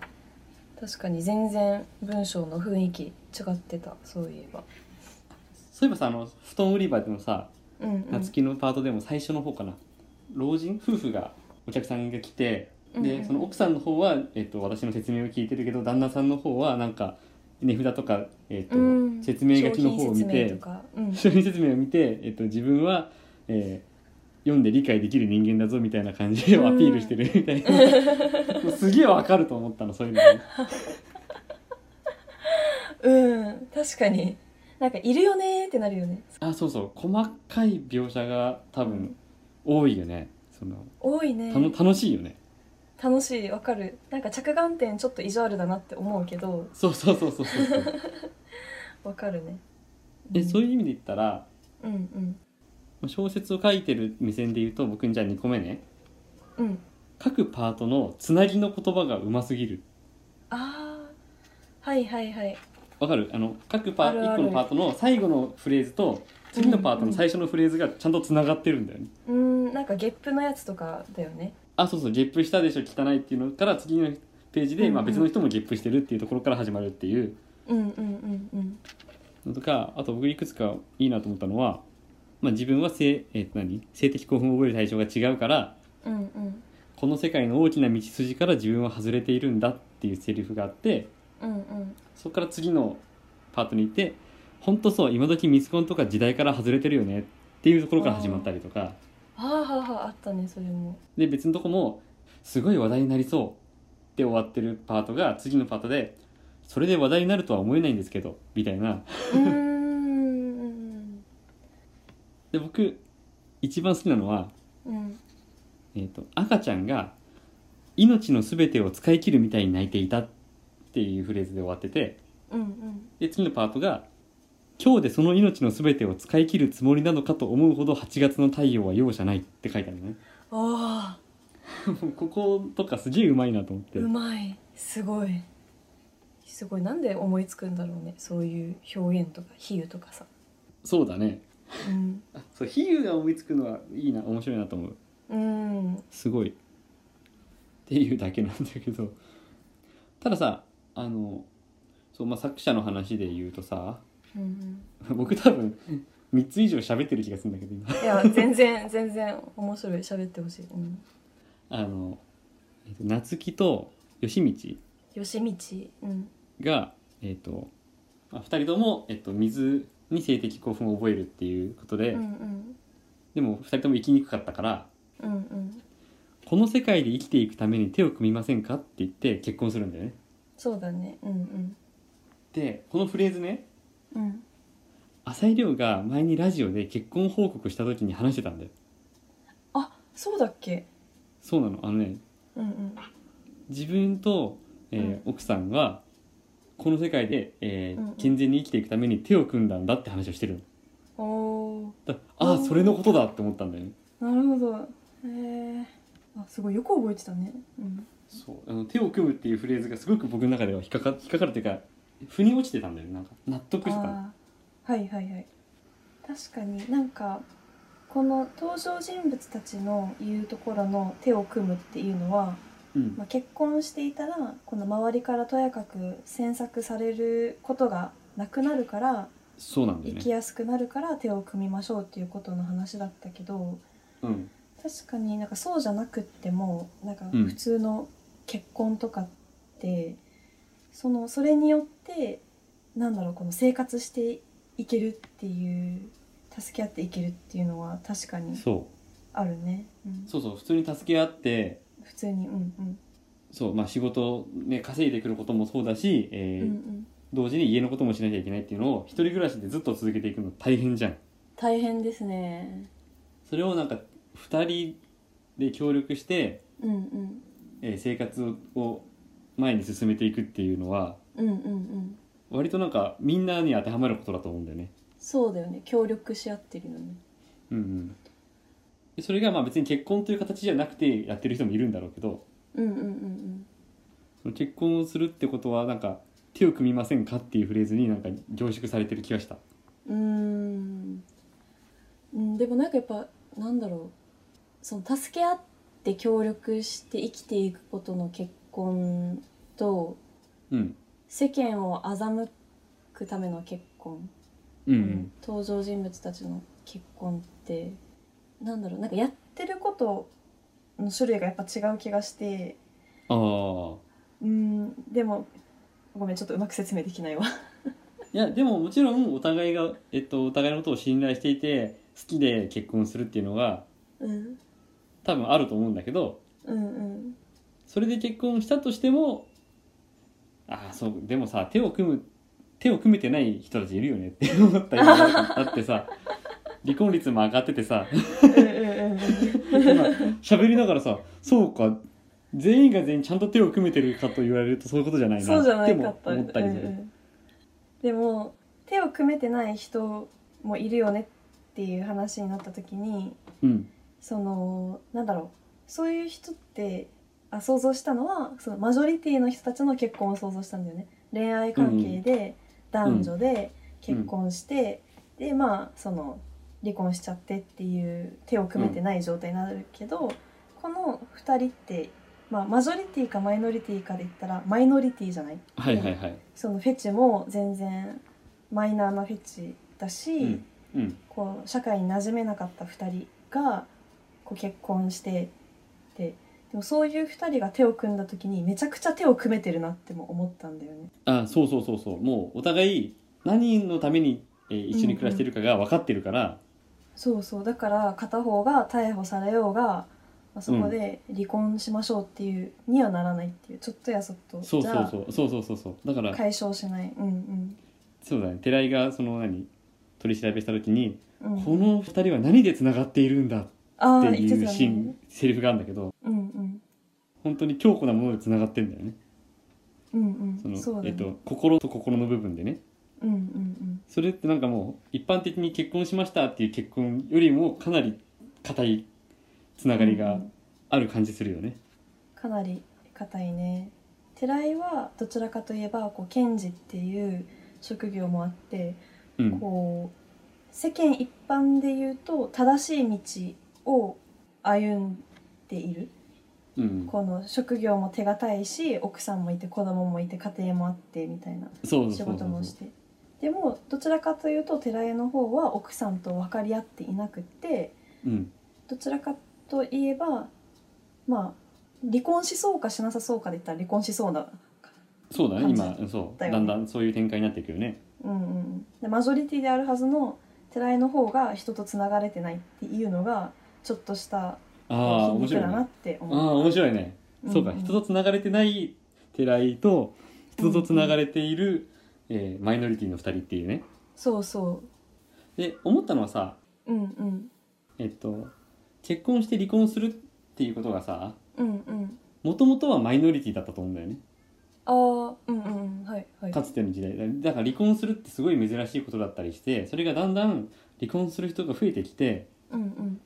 確かに全然文章の雰囲気違ってたそういえばそういえばさあの布団売り場でもさうんうん夏希のパートでも最初の方かな老人夫婦がお客さんが来てうんうでんその奥さんの方は、えっと、私の説明を聞いてるけど旦那さんの方はなんか値札とか、えっとうん説明書きの方を見商品説て明とかうん商品説明を見て、えっと、自分は、えー読んで理解できる人間だぞみたいな感じをアピールしてるみたいな、もうすげえわかると思ったのそういうのがねうん確かになんかいるよねーってなるよねあそうそう細かい描写が多分多いよねその多いねたの楽しいよね楽しいわかるなんか着眼点ちょっと意地悪だなって思うけどそうそうそうそうそうそうわかるねでそういいう意味で言ったらうんうん小説を書いてる目線で言うと僕じゃあ2個目ねうんうん各パートのつなぎの言葉がうますぎるああはいはいはいわかるあの各パあるある1個のパートの最後のフレーズと次のパートの最初のフレーズがちゃんとつながってるんだよね、うんなんかゲップのやつとかだよねあそうそうゲップしたでしょ汚いっていうのから次のページで、まあ、別の人もゲップしてるっていうところから始まるっていううんうんうんうんのとかあと僕いくつかいいなと思ったのは、まあ、自分は性,、えー何性的興奮を覚える対象が違うからうんうんこの世界の大きな道筋から自分は外れているんだっていうセリフがあってうんうんそこから次のパートに行って「本当そう今時ミスコンとか時代から外れてるよね」っていうところから始まったりとかはあはあはああったねそれもで別のとこも「すごい話題になりそう」って終わってるパートが次のパートで「それで話題になるとは思えないんですけど」みたいなうーんで僕一番好きなのは、うんえー、と赤ちゃんが「命の全てを使い切るみたいに泣いていた」っていうフレーズで終わっててうんうんで次のパートが「今日でその命の全てを使い切るつもりなのかと思うほど8月の太陽は容赦ない」って書いてあるのねああもう こことかすげえうまいなと思ってうまいすごいすごいなんで思いつくんだろうねそういう表現とか比喩とかさそうだねうんあそう比喩が思いつくのはいいな面白いなと思ううんすごいっていうだけなんだけどたださあのそう、まあ、作者の話で言うとさ うん僕多分3つ以上喋ってる気がするんだけど今いや全然全然面白い喋ってほしい、うん、あの、えっと、夏希と吉道吉道うんが、えっとまあ、2人とも、えっと、水に性的興奮を覚えるっていうことで、うんうんでも2人とも生きにくかったからうんうんこの世界で生きていくために手を組みませんかって言って結婚するんだよね。そうだねうんでこのフレーズねうんうん浅井亮が前にラジオで結婚報告した時に話してたんだよ。あそうだっけそうなのあのねうんうん自分と、えー奥さんはこの世界で、えーうんうん健全に生きていくために手を組んだんだって話をしてるの。おーだああうんそれのことだって思ったんだよね。なるほどへえあすごいよく覚えてたねうんそうあの手を組むっていうフレーズがすごく僕の中では引っかか引っかかるというか腑に落ちてたんだよねなんか納得してたのあーはいはいはい確かになんかこの登場人物たちの言うところの手を組むっていうのは、うんまあ、結婚していたらこの周りからとやかく詮索されることがなくなるからそうなんだ生よねき。やすくなるから手を組みましょうっていうことの話だったけどうん確かになんかそうじゃなくってもなんかうん普通の結婚とかって、そのそれによってなんだろうこの生活していけるっていう助け合っていけるっていうのは確かにそあるね、うんうそうそう普通に助け合って普通にうんうんそうまあ仕事をね稼いでくることもそうだし、えーうんうん同時に家のこともしなきゃいけないっていうのを一人暮らしでずっと続けていくの大変じゃん。大変ですねそれをなんか2人で協力して、うんうんえー生活をを前に進めていくっていうのはうんうんうん割となんかみんなに当てはまることだと思うんだよね。そうだよね協力し合ってるよねうんうん、でそれがまあ別に結婚という形じゃなくてやってる人もいるんだろうけどうんうんうんその結婚をするってことはなんか手を組みませんかっていうフレーズになんか凝縮されてる気がしたうんうーんうんでもなんかやっぱなんだろうその助け合って協力して生きていくことの結婚とうん世間を欺くための結婚、うんうん登場人物たちの結婚ってなんだろうなんかやってることの種類がやっぱ違う気がしてあうんでもごめんちょっとうまく説明できないわ。あいやでももちろんお互いが、えっと、お互いのことを信頼していて好きで結婚するっていうのがうん多分あると思うんだけどうんそれで結婚したとしてもああそうでもさ手を組む手を組めてない人たちいるよねって 思った今だってさ離婚率も上がっててさうんうんうん今喋りながらさそうか全員が全員ちゃんと手を組めてるかと言われるとそういうことじゃなういんなそうじゃなっていかっもた思ったりする、うんうんでも手を組めてない人もいるよねっていう話になった時にうんそのなんだろうそういう人ってあ想像したのはそのマジョリティの人たちの結婚を想像したんだよね恋愛関係で、男女で結婚して、でまあその離婚しちゃってっていう手を組めてない状態になるけど、この2人って、まあ、マジョリティかマイノリティかで言ったらマイノリティじゃないはいはいはい、そのフェチも全然マイナーなフェチだし、うんうんこう社会に馴染めなかった2人がこう結婚してででもそういう2人が手を組んだ時にめちゃくちゃ手を組めてるなっても思ったんだよね。あそうそうそうそうもうお互い何のために、えー一緒に暮らしてるかが分かってるから、そうそうだから片方が逮捕されようが、まあ、そこで離婚しましょうっていうにはならないっていうちょっとやそっとそうじそゃうそうそうそうそうそうだからあ解消しないうんそうだね寺井がその何取り調べした時に、うんうんこの二人は何でつながっているんだっあてあ言っていうたシーン、ねセリフがあるんだけどうんうん本当に強固なものでつながってんだよねうんそうんのそうだえね、っと、心と心の部分でねうんうんうんそれってなんかもう一般的に結婚しましたっていう結婚よりもかなり固いつながりうがんある感じするよね。かなり硬いね寺井はどちらかといえばこう検事っていう職業もあってうん、こう世間一般で言うと正しい道を歩んでいるうん、この職業も手堅いし奥さんもいて子供もいて家庭もあってみたいなそう仕そうそう事そうもしてでもどちらかというと寺井の方は奥さんと分かり合っていなくってうん、どちらかといえばまあ離婚しそうかしなさそうかで言ったら離婚しそうな、そうだね感じ今そうだよねだんだんそういう展開になっていくよね。うんうん、でマジョリティであるはずの寺井の方が人とつながれてないっていうのがちょっとしたああ皮面肉白いだなっね。てああ思う。面白いね。そうかんん人とつながれてない寺井と人とつながれている、えーマイノリティの二人っていうね。そうそで思ったのはさううんうんえっと結婚して離婚するっていうことがさうんうんもともとはマイノリティだったと思うんだよねああうんうんうんはいはいかつての時代だから離婚するってすごい珍しいことだったりしてそれがだんだん離婚する人が増えてきてうんうん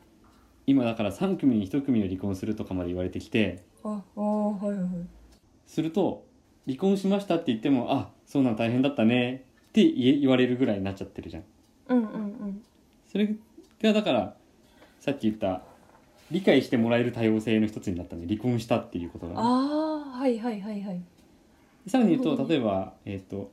今だから3組に1組を離婚するとかまで言われてきてああーはいはいはいすると離婚しましたって言ってもあそうなん大変だったねって言え言われるぐらいになっちゃってるじゃんうんうんうんそれがだからさっき言った理解してもらえる多様性の一つになったんで離婚したっていうことがね、ああはいはいはいはいさらに言うなるほとど例えば、えっと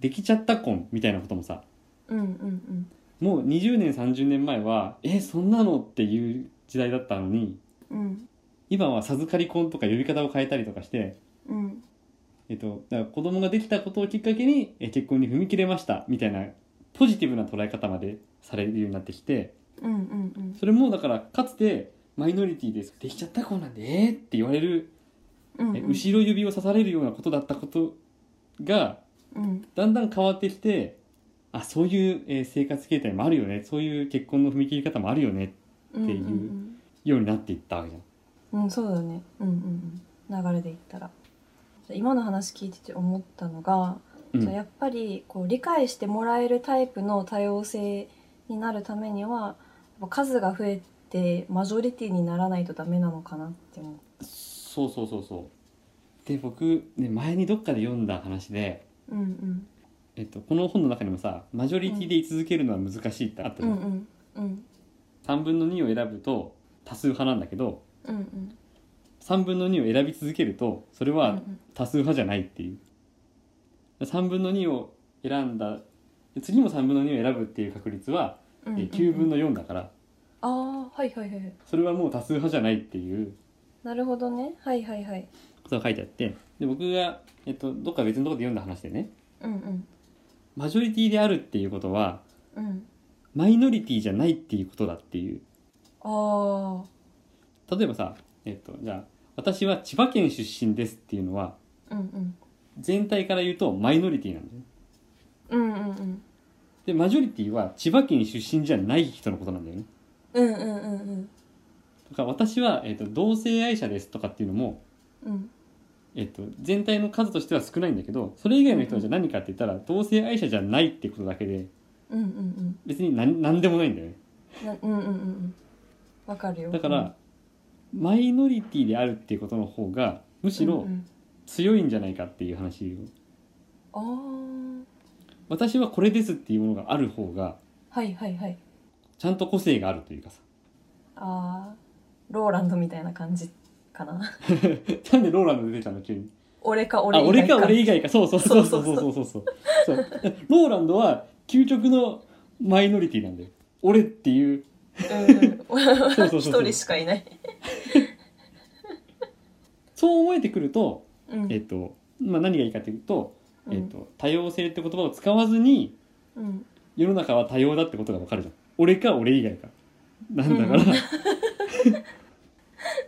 できちゃった婚みたいなこともさうんうんもう20年30年前はえそんなのっていう時代だったのにうんうん今は授かり婚とか呼び方を変えたりとかして、うんえっとだから子供ができたことをきっかけにえ結婚に踏み切れましたみたいなポジティブな捉え方までされるようになってきてうんうんうんそれもだからかつてマイノリティですできちゃった婚なんでえーって言われる、うんえ後ろ指を刺されるようなことだったことがうんだんだん変わってきてあそういう、えー生活形態もあるよねそういう結婚の踏み切り方もあるよねうんっていうようになっていったわけじゃん。うん、うん、そうだねうんうんうん流れでいったら今の話聞いてて思ったのが、うんそうやっぱりこう理解してもらえるタイプの多様性になるためにはやっぱ数が増えってマジョリティにならないとダメなのかなって思うそうそうそうそうで僕ね前にどっかで読んだ話で、うんうんえっと、この本の中にもさマジョリティで居続けるのは難しいってあったうじゃんんうんうん3分の2を選ぶと多数派なんだけどうんうん3分の2を選び続けるとそれうんうはん多数派じゃないっていう3分の2を選んだ次も3分の2を選ぶっていう確率はうんうんうん9分の4だからああはいはいはいはいそれはもう多数派じゃないっていうなるほどねはいはいはいことが書いてあってで僕が、えっと、どっか別のとこで読んだ話でねうんうんマジョリティであるっていうことはうんマイノリティじゃないっていうことだっていうああ例えばさ、えっと、じゃあ私は千葉県出身ですっていうのはうんうん全体から言うとマイノリティなんだよねうんうんうんでマジョリティは千葉県出身じゃない人のことなんだよねうんうんうんうんだから私は、えっと同性愛者ですとかっていうのも、うんえっと全体の数としては少ないんだけどそれ以外の人はじゃあ何かって言ったら同性愛者じゃないってことだけでうんうん別に何何でもないんだよねうんなうんうんうんうんわかるよだから、マイノリティであるっていうことの方がむしうろんうん強いんじゃないかっていう話をあー私はこれですっていうものがある方がはいはいはいちゃんと個性があるというかさ あーローランドみたいな感じかなな んでローランド出てきたの急に俺か俺あ俺か俺以以外かそうそうそうそうそそううそそうそうそうそうローランドは究極のマイノリティなんだよ俺っていう外かうんそうそうそううん一そう人しかいないそう思えてくるとうんえっと、まあ、何がいいかというと,、うんえっと多様性って言葉を使わずにうん世の中は多様だってことがわかるじゃん俺か俺以外かなんだ から、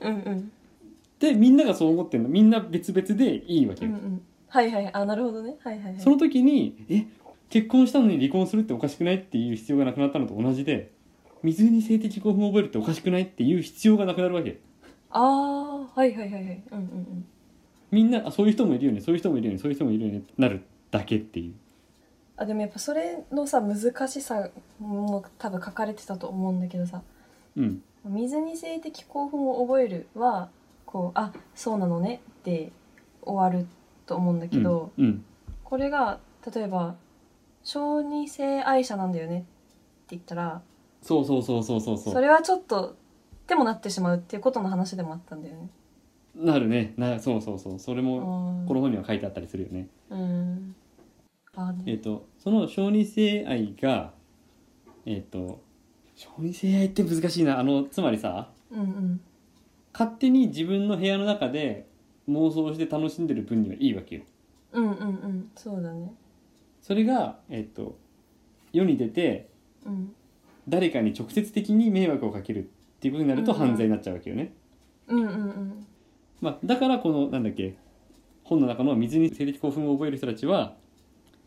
うでんうんうんみんながそう思ってんのみんな別々でいいわけうよ、んうんはいはいあなるほどねはいはいはいその時にえ結婚したのに離婚するっておかしくないっていう必要がなくなったのと同じで水に性的興奮を覚えるっておかしくないっていう必要がなくなるわけああはいはいはいはいうんうんうんみんなあそういう人もいるよねそういう人もいるよねそういう人もいるよねってなるだけっていうあでもやっぱそれのさ難しさも多分書かれてたと思うんだけどさうん水に性的興奮を覚えるはこうあそうなのねって終わると思うんだけど、うんこれが例えば小児性愛者なんだよねって言ったらそうそうそうそうそうそそうれはちょっとでもなってしまうっていうことの話でもあったんだよね。なるねなそうそうそうそれあもーこの本には書いてあったりするよねうんあえっ、ねとその小児性愛がえっ、と小児性愛って難しいなあのつまりさうんうん勝手に自分の部屋の中で妄想して楽しんでる分にはいいわけようんうんうんそうだね。それがえっ、と世に出てうん誰かに直接的に迷惑をかけるっていうことになるとうん犯罪になっちゃうわけよね、うんうんうんまあ、だからこのなんだっけ本の中の水に性的興奮を覚える人たちは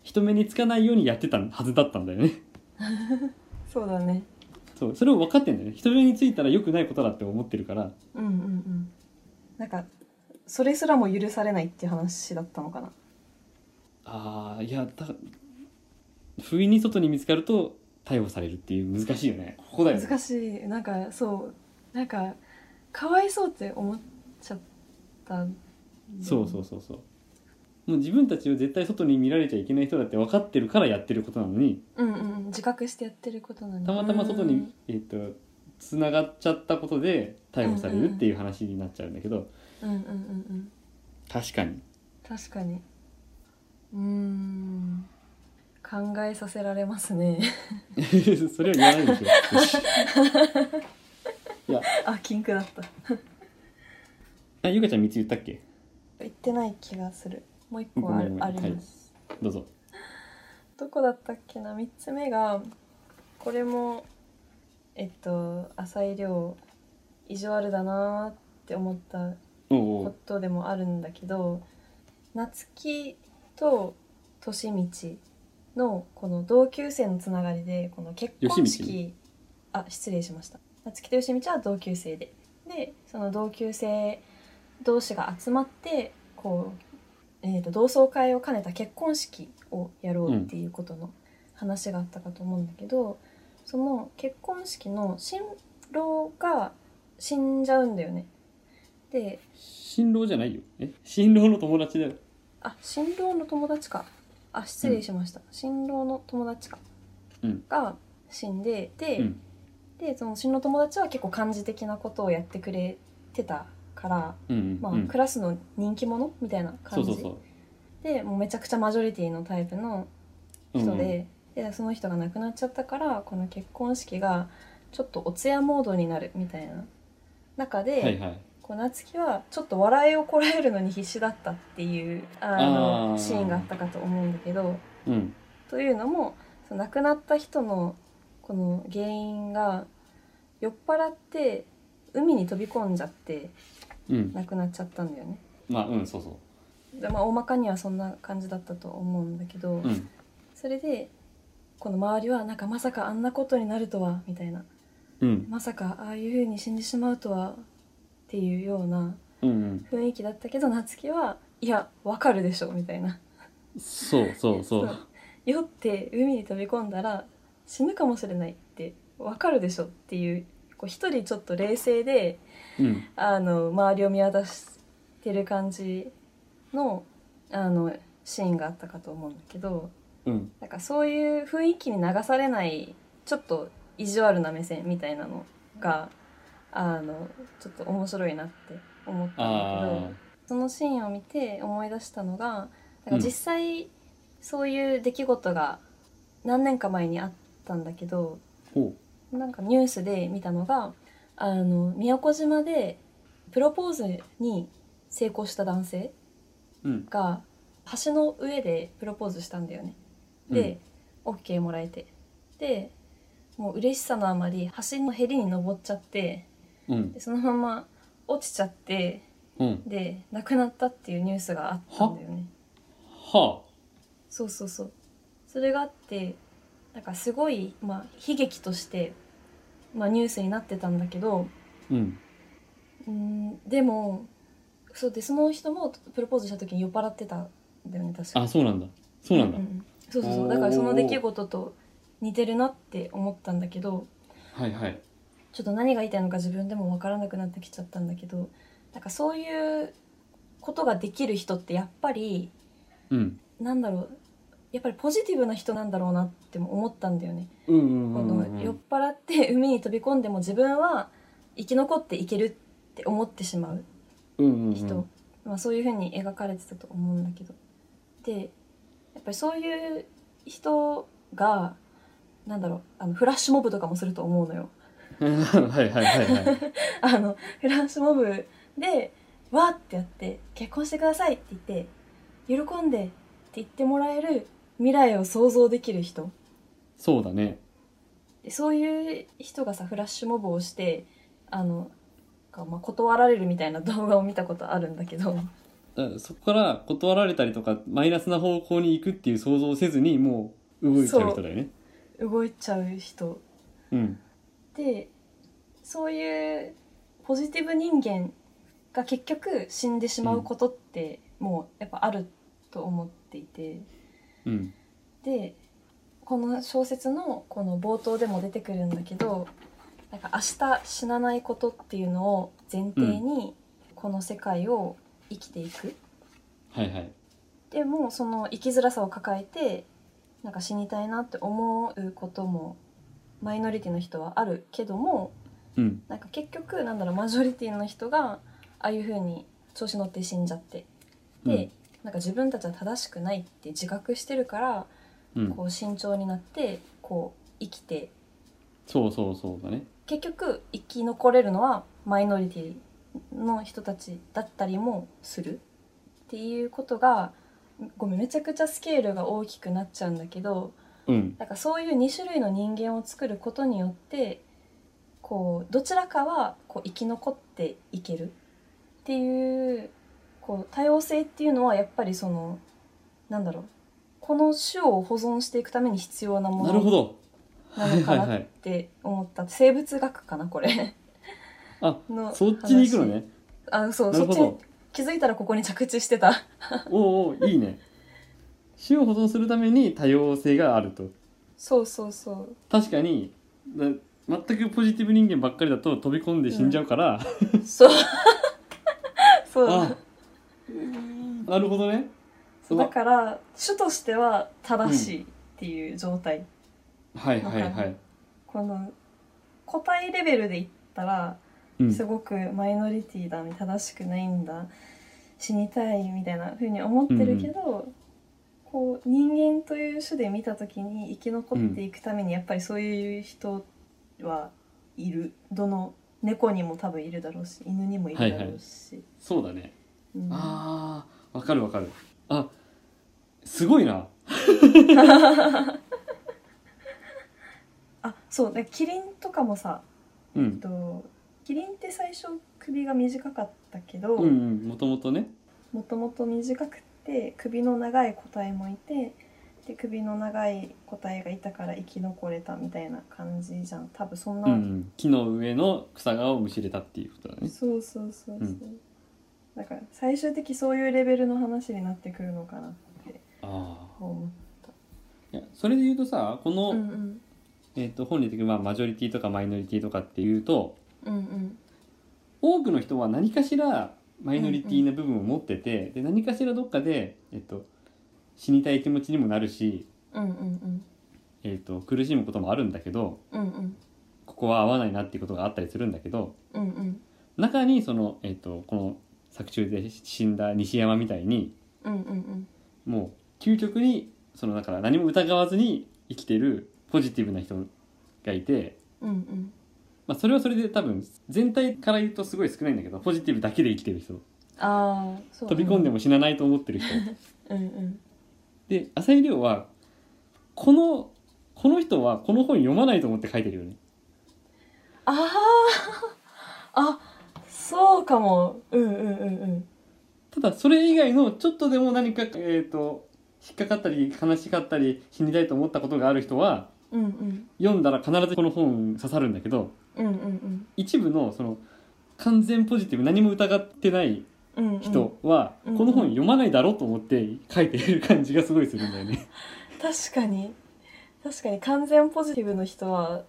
人目につかないようにやってたはずだったんだよねそうだね。そうそれを分かってんだよね人目についたら良くないことだって思ってるからうんうんうんなんかそれすらも許されないっていう話だったのかなああいやだ不意に外に見つかると逮捕されるっていう難しいよねここだよね難しいなんかそうなんかかわいそうって思っちゃったそうそうそうそうもう自分たちを絶対外に見られちゃいけない人だって分かってるからやってることなのにうんうんうん自覚してやってることなのにたまたま外にえっとつながっちゃったことで逮捕されるっていう話になっちゃうんだけどうんうんうんうん確かに確かにうーん考えさせられますね それは言わないでしょよしいやあ禁句だったあゆかちゃん3つ言ったっけ言ってない気がするもう一個あごめんるごあめんります、はいどうぞどこだったっけな3つ目がこれもえっと浅井亮意地悪だなーって思ったおうおこうとでもあるんだけど夏希と利道のこの同級生のつながりでこの結婚式あ失礼しました夏希と吉道は同級生ででその同級生同士が集まってこう、えー、と同窓会を兼ねた結婚式をやろうっていうことの話があったかと思うんだけど、その結婚式の新老が死んじゃうんだよねで新郎じゃないよえ新郎の友達だよあ新郎の友達かあ失礼しました、新郎の友達か、うんが死んでで、うんでその新郎の友達は結構漢字的なことをやってくれてたから、うんうん、まあうんクラスの人気者みたいなそ感うじそうそうでもうめちゃくちゃマジョリティのタイプのうんう人んで,、でその人が亡くなっちゃったからこの結婚式がちょっとお通夜モードになるみたいな中で、はいはいこう夏希はちょっと笑いをこらえるのに必死だったっていうあのあーシーンがあったかと思うんだけどうんというのもその亡くなった人のこの原因が酔っ払って海に飛び込んじゃってうん亡くなっちゃったんだよね。まあうんそうそでまあ大まかにはそんな感じだったと思うんだけど、ううんそれでこの周りはなんかまさかあんなことになるとはみたいなうんまさかああいう風に死んでしまうとはっていうようなうんうん雰囲気だったけど夏希はいやわかるでしょみたいなそうそうそそうう酔って海に飛び込んだら死ぬかもしれないってわかるでしょっていうこう一人ちょっと冷静でうんあの周りを見渡してる感じのあのシーンがあったかと思うんだけどうんなんかそういう雰囲気に流されないちょっと意地悪な目線みたいなのがあのちょっと面白いなって思ったんだけどあ。そのシーンを見て思い出したのがうなんんか実際そういう出来事が何年か前にあったんだけどーほなんかニュースで見たのがあの宮古島でプロポーズに成功した男性ううんが橋の上でプロポーズしたんだよね。で、OK もらえてでもう嬉しさのあまり橋のへりに登っちゃってうんでそのまま落ちちゃってうんで亡くなったっていうニュースがあったんだよねはそうそうそうそれがあってなんかすごい、まあ、悲劇として、まあ、ニュースになってたんだけどあうんうーんでもそうでその人もプロポーズした時に酔っ払ってたんだよね確かあそうなんだそうなんだうんうんそうそうそうだからその出来事と似てるなって思ったんだけどはいはいちょっと何が言いたいのか自分でも分からなくなってきちゃったんだけどなんかそういうことができる人ってやっぱりうんなんだろうやっぱりポジティブな人なんだろうなっても思ったんだよね。うんうんうこんうんの酔っ払って 海に飛び込んでも自分は生き残っていけるって思ってしまううんうん人、まあ、そういう風に描かれてたと思うんだけどでやっぱりそういう人がなんだろうあのフラッシュモブとかもすると思うのよ。 うん はいはいはいはいあのフラッシュモブでわーってやって「結婚してください」って言って「喜んで」って言ってもらえる未来を想像できる人そうだねでそういう人がさフラッシュモブをしてあのなんかまあ断られるみたいな 動画を見たことあるんだけどだからそこから断られたりとかマイナスな方向に行くっていう想像をせずにもう動いちゃう人だよね動いちゃう人うんでそういうポジティブ人間が結局死んでしまうことってもうやっぱあると思っていて。うんでこの小説のこの冒頭でも出てくるんだけどなんか明日死なないことっていうのを前提にこの世界を生きていく、はいはいでもその生きづらさを抱えてなんか死にたいなって思うこともマイノリティの人はあるけどもうんなんか結局なんだろうマジョリティの人がああいう風に調子乗って死んじゃってで、うんなんか自分たちは正しくないって自覚してるからうんこう慎重になってこう生きてそうそうそうだね結局生き残れるのはマイノリティの人たちだったりもするっていうことがごめんめちゃくちゃスケールが大きくなっちゃうんだけどうんなんかそういう2種類の人間を作ることによってこうどちらかはこう生き残っていけるっていうこう多様性っていうのはやっぱりそのなんだろうこの種を保存していくために必要なもなるほのどなはいのはかいなはっいて思った生物学かなこれあのそっちに行くのねあそうなそるっちほにど気づいたらここに着地し てたおうおういいね種を保存するために多様性があるとそうそうそう確かにだ全くポジティブ人間ばっかりだと飛び込んで死んじゃうから、そう そうあ なるほどねそうだから主としては正しいっていう状態、はいはいわかはるい、この個体レベルで言ったらうん、すごくマイノリティだ正しくないんだ死にたいみたいな風に思ってるけど、こう人間という種で見た時に生き残っていくためにやっぱりそういう人はいる、どの猫にも多分いるだろうし犬にもいるだろうし。そうだねうんあーわかるわかるあすごいなあそうでキリンとかもさ、うえっんと、キリンって最初首が短かったけど、うんうんもともとねもともと短くて首の長い個体もいてで首の長い個体がいたから生き残れたみたいな感じじゃん多分そんな、うんうん、木の上の草がをむしれたっていうことだねそうそうそうそう、うんだから最終的そういうレベルの話になってくるのかなってあ思あいやそれで言うとさこの、う、うんうん、えっと本に出てくる、まあ、マジョリティとかマイノリティとかっていうとうんうん多くの人は何かしらマイノリティな部分を持ってて、で何かしらどっかで、えっと死にたい気持ちにもなるし、うんうんえっと苦しむこともあるんだけどうんうんうんここは合わないなっていうことがあったりするんだけどうんうん中にその、えっとこの作中で死んだ西山みたいにうんうんもう究極にそのだから何も疑わずに生きてるポジティブな人がいて、うんうんまあ、それはそれで多分全体から言うとすごい少ないんだけどポジティブだけで生きてる人ああそう飛び込んでも死なないと思ってる人うんうんで浅井亮はこのこの人はこの本読まないと思って書いてるよねあああそうかもうんうんうんうんただそれ以外のちょっとでも何か、えー、と引っかかったり悲しかったり死にたいと思ったことがある人はうんうん読んだら必ずこの本刺さるんだけどうんうん一部のその完全ポジティブ何も疑ってないうんうんうん人は、うんこの本読まないだろうと思って書いてる感じがすごいするんだよね。確かに確かに完全ポジティブの人は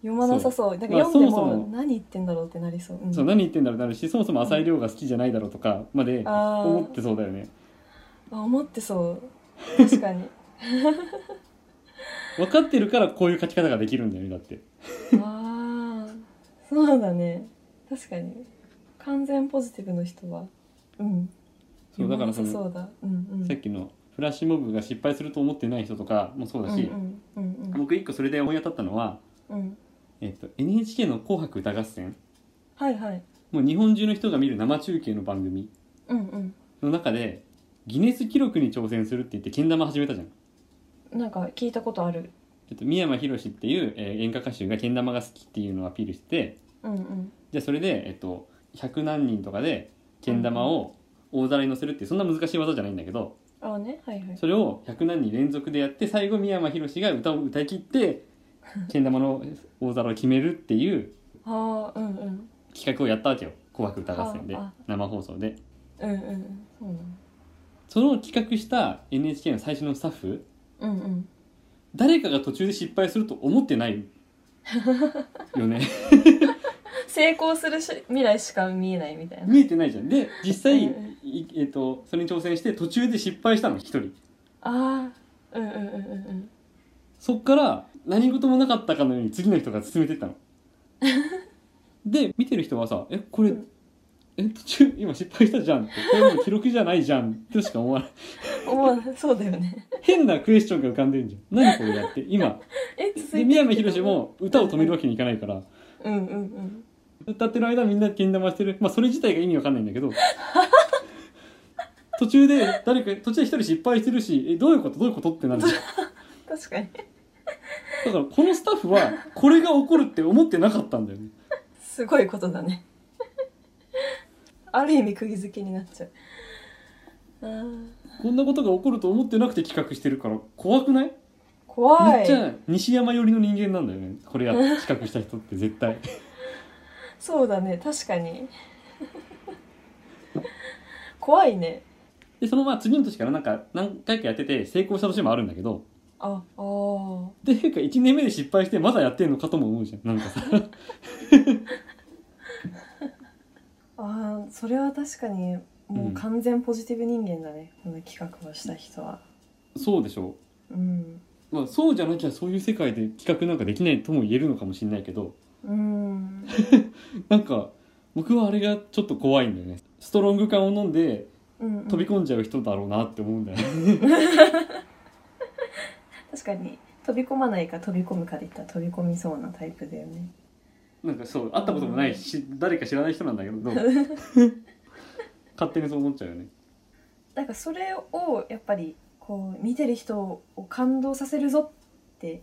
読まなさそうなんかまあ読んでそもそもも何言ってんだろうってなりそう,うん、そう何言ってんだろうってなるしそもそも浅井亮が好きじゃないだろうとかまであー思ってそうだよね。あ思ってそう 確かに分かってるからこういう書き方ができるんだよねだって。ああそうだね確かに完全ポジティブの人はうんそうだか読まらなそさのそうだうんうんさっきのフラッシュモブが失敗すると思ってない人とかもそうだし、うんうんうんうん僕一個それで思い当たったのは、うんえっと NHK の「紅白歌合戦はいはい」もう日本中の人が見る生中継の番組うんうんの中でギネス記録に挑戦するって言ってけん玉始めたじゃん。なんか聞いたことある。えっと、三山ひろしっていう、えー演歌歌手がけん玉が好きっていうのをアピールしてうんうん。じゃあそれで、えっと、100何人とかでけん玉を大皿に乗せるっていうそんな難しい技じゃないんだけどああね、はいはい。それを100何人連続でやって最後三山ひろしが歌を歌い切 ってけん玉の大皿を決めるっていうああ、うんうん。企画をやったわけよ「紅白歌合戦で」はあ生放送でうんうんうん。そうなの。その企画した NHK の最初のスタッフうんうん。誰かが途中で失敗すると思ってないよね 成功するし未来しか見えないみたいな。見えてないじゃんで実際、うんうんいえっとそれに挑戦して途中で失敗したの一人ああ、うんうんうんうんうん。そっから何事もなかったかのように次の人が進めて ったので見てる人はさ「えこれ、うんえ途中今失敗したじゃん」って「これもう記録じゃないじゃん」としか思わない 思うそうだよね。変なクエスチョンが浮かんでるじゃん何これやって今え、続いてでる三山ひろし。も歌を止めるわけにいかないからうんうんうん。歌ってる間みんなけん玉してるまあそれ自体が意味わかんないんだけ ど途中で誰か途中で一人失敗してるしえどういうことどういうことってなるじゃん確かに。だからこのスタッフはこれが起こるって思ってなかったんだよねすごいことだね。ある意味釘付けになっちゃう。あーこんなことが起こると思ってなくて企画してるから怖くない怖い。めっちゃ西山寄りの人間なんだよねこれやって企画した人って絶対そうだね確かに 怖いねでそのまあ次の年からなんか何回かやってて成功した年もあるんだけどああーていうか1年目で失敗してまだやってんのかとも思うじゃんなんかさあーそれは確かにもう完全ポジティブ人間だね、この企画をした人はそうでしょうんまあそうじゃなきゃそういう世界で企画なんかできないとも言えるのかもしれないけどうんなんか僕はあれがちょっと怖いんだよねストロング感を飲んでうん飛び込んじゃう人だろうなって思うんだよね、確かに飛び込まないか飛び込むかでいったら飛び込みそうなタイプだよねなんかそう会ったこともないし誰か知らない人なんだけど 勝手にそう思っちゃうよねなんかそれをやっぱりこう見てる人を感動させるぞって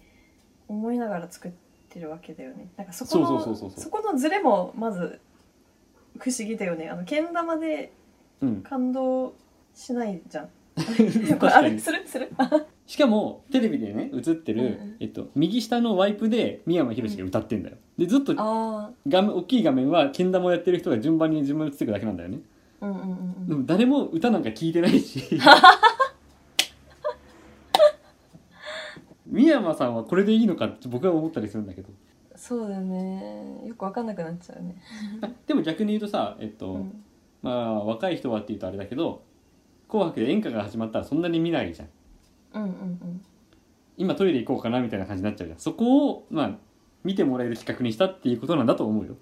思いながら作ってるわけだよねなんかそこのそうそうそうそうそうそこのズレもまず不思議だよねあのけん玉でうん感動しないじゃん 確こ れあかれにする するしかもテレビでね映ってる、うんうんえっと、右下のワイプで三山ひろしが歌ってんだよでずっとあ画面大きい画面はけん玉をやってる人が順番に順番に映ってくだけなんだよねあうんうんうんうんでも誰も歌なんか聞いてないし 三山さんはこれでいいのかって僕は思ったりするんだけどそうだよねよくわかんなくなっちゃうね、でも逆に言うとさ、えっとうんまあ若い人はっていうとあれだけど「紅白」で演歌が始まったらそんなに見ないじゃんうんうんうん今トイレ行こうかなみたいな感じになっちゃうじゃんそこをまあ見てもらえる企画にしたっていうことなんだと思うよ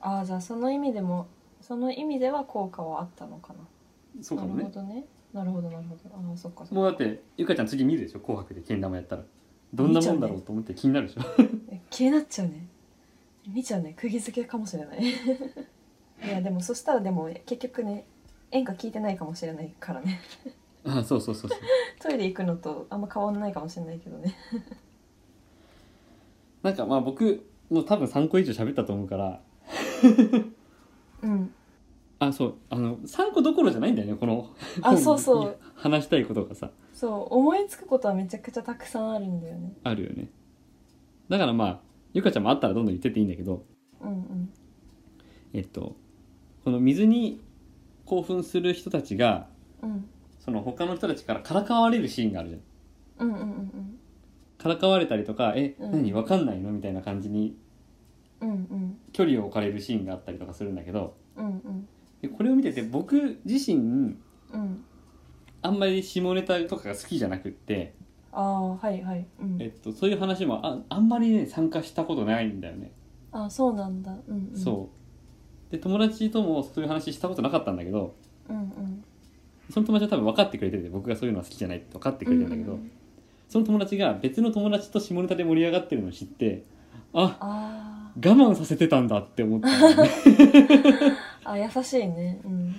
ああじゃあその意味でもその意味では効果はあったのかなそうかもなるねほどねなるほどなるほどああそっかそっかもうだってゆかちゃん次見るでしょ「紅白」でけん玉やったらどんなもんだろうと思って気になるでしょえ気になっちゃうね見ちゃうね釘付けかもしれない いやでもそしたらでも結局ね演歌聞いてないかもしれないからね あそうそうそうそうトイレ行くのとあんま変わんないかもしれないけどねなんかまあ僕の多分3個以上喋ったと思うからうんあそうあの3個どころじゃないんだよねこのあそうそう話したいことがさそう思いつくことはめちゃくちゃたくさんあるんだよねあるよねだからまあゆかちゃんもあったらどんどん言ってっていいんだけどうんうんえっとこの水に興奮する人たちがうんその他の人たちからからかわれるシーンがあるじゃんうんうんうんからかわれたりとか「えうん何わかんないの?」みたいな感じにうんうん距離を置かれるシーンがあったりとかするんだけどうんうんでこれを見てて僕自身うんあんまり下ネタとかが好きじゃなくって、ああはいはい、うんえっと、そういう話もああんまりね参加したことないんだよね、あそうなんだうん、うん、そうで友達ともそういう話したことなかったんだけどううんうんその友達は多分分かってくれてて僕がそういうのは好きじゃないって分かってくれてるんだけど、うんうんその友達が別の友達と下ネタで盛り上がってるのを知ってああ我慢させてたんだって思ったんだよねーあ優しいねうん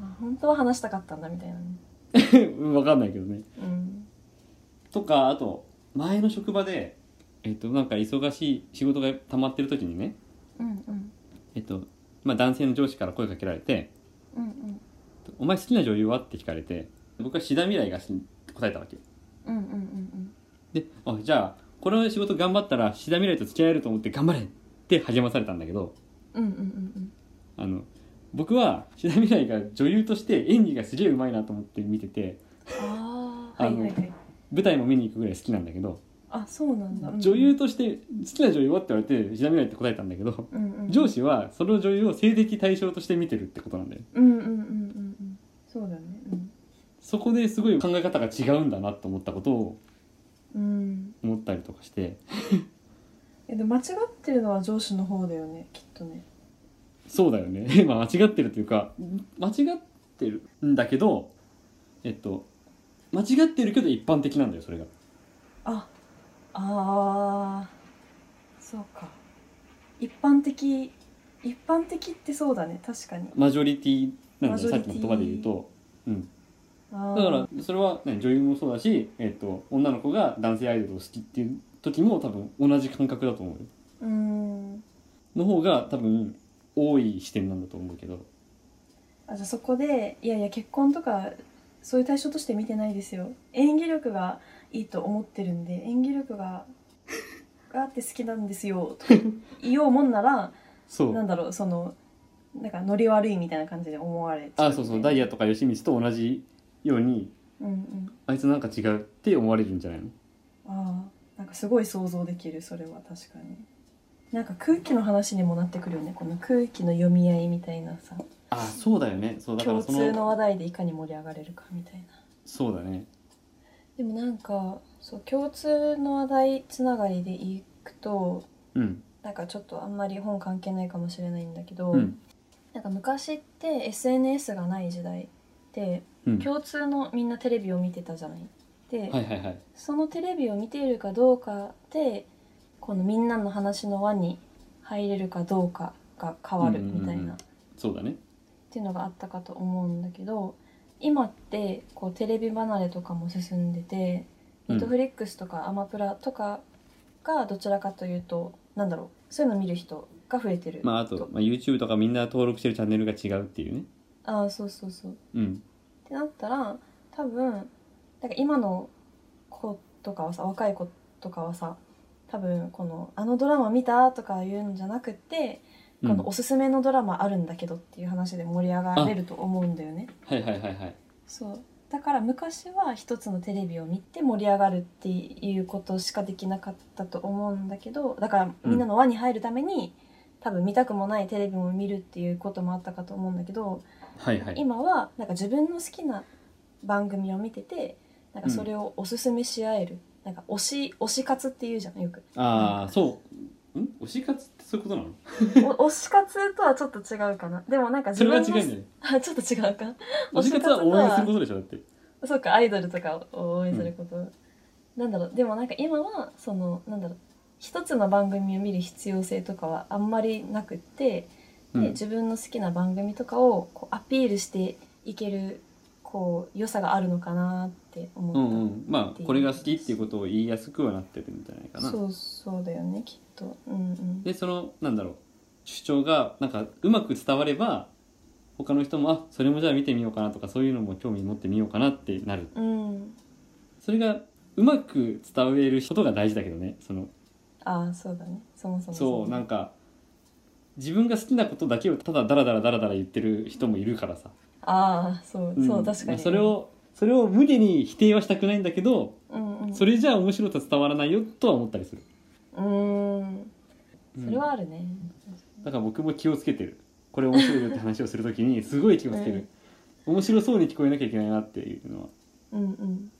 あ本当は話したかったんだみたいなね分かんないけどねうんとかあと前の職場でえっとなんか忙しい仕事が溜まってる時にねうんうんえっとまあ男性の上司から声かけられてうんうん「お前好きな女優は?」って聞かれて僕は志田未来が答えたわけうんうんうんであじゃあこの仕事頑張ったら志田未来と付き合えると思って頑張れって励まされたんだけどうんうんうんうんあの僕は志田未来が女優として演技がすげえうまいなと思って見ててあああはいのはいはい舞台も見に行くぐらい好きなんだけど、あそうなんだ、うんうん女優として好きな女優はって言われて志田未来って答えたんだけどうんうん上司はその女優を性的対象として見てるってことなんだようんうんうんうんうんそうだよねそこですごい考え方が違うんだなと思ったことをうん、うん、思ったりとかしてえでも間違ってるのは上司の方だよねきっとねそうだよね まあ間違ってるというか間違ってるんだけどえっと間違ってるけど一般的なんだよそれがああーそうか一般的一般的ってそうだね確かにマジョリティなんマだジョよさリっきテのィ言葉で言うとあだーからそれは、ね、女優もそうだし、えっと、女の子が男性アイドルを好きっていう時も多分同じ感覚だと思うようーんの方が多分多い視点なんだと思うけどあじゃあそこでいやいや結婚とかそういう対象として見てないですよ演技力がいいと思ってるんで演技力が があって好きなんですよとか言おうもんならそうなんだろうそのなんかノリ悪いみたいな感じで思われちゃあそうそうダイヤとか吉光と同じようにうんうんあいつなんか違うって思われるんじゃないのああなんかすごい想像できるそれは確かになんか空気の話にもなってくるよねこの空気の読み合いみたいなさあそうだよねそうだからそ共通のの話題でいかに盛り上がれるかみたいなそうだねでもなんかそう共通の話題つながりでいくとうんなんかちょっとあんまり本関係ないかもしれないんだけど、うんなんか昔って SNS がない時代ってうん共通のみんなテレビを見てたじゃない。で、はいはいはいそのテレビを見ているかどうかでこのみんなの話の輪に入れるかどうかが変わるみたいな、うんうんうんうんっそうだねていうのがあったかと思うんだけど今ってこうテレビ離れとかも進んでてうんネットフリックスとかアマプラとかがどちらかというとなんだろうそういうの見る人が増えてるまああと、まあ、YouTube とかみんな登録してるチャンネルが違うっていうねああそうそうそううんってなったら多分なんか今の子とかはさ若い子とかはさ多分この「あのドラマ見た?」とか言うんじゃなくて、うんこのおすすめのドラマあるんだけどっていう話で盛り上がれると思うんだよね。はいはいはいはいそうだから昔は一つのテレビを見て盛り上がるっていうことしかできなかったと思うんだけどだからみんなの輪に入るために、多分見たくもないテレビも見るっていうこともあったかと思うんだけど、はいはい今はなんか自分の好きな番組を見ててなんかそれをおすすめし合える、なんか推し推し活っていうじゃんよ くああそううん推し活ってそういうことなのお推し活とはちょっと違うかなでもなんかそ自れは分違うのんだよねあ ちょっと違うか推し活は応援することでしょだってそうかアイドルとかを応援すること、なんだろうでもなんか今はそのなんだろう一つの番組を見る必要性とかはあんまりなくって、うでん自分の好きな番組とかをこうアピールしていけるこう良さがあるのかなって思っうた。んうんまあこれが好きっていうことを言いやすくはなってるんじゃないかなそうそうだよねきっとうんうんでそのなんだろう主張がなんかうまく伝われば他の人もあそれもじゃあ見てみようかなとかそういうのも興味持ってみようかなってなるうんそれがうまく伝えることが大事だけどねそのああそうだねそもそもそうなんかか自分が好きなことだけをただダラダラダラダラ言ってる人もいるからさ、ああそう、んそう確かまあにそれ、をそれを無理に否定はしたくないんだけどうんうん、それじゃあ面白さ伝わらないよとは思ったりする、うーんうんそれはあるね、だから僕も気をつけてるこれ面白いよって話をするとき にすごい気をつける、面白そうに聞こえなきゃいけないなっていうのはうん、うん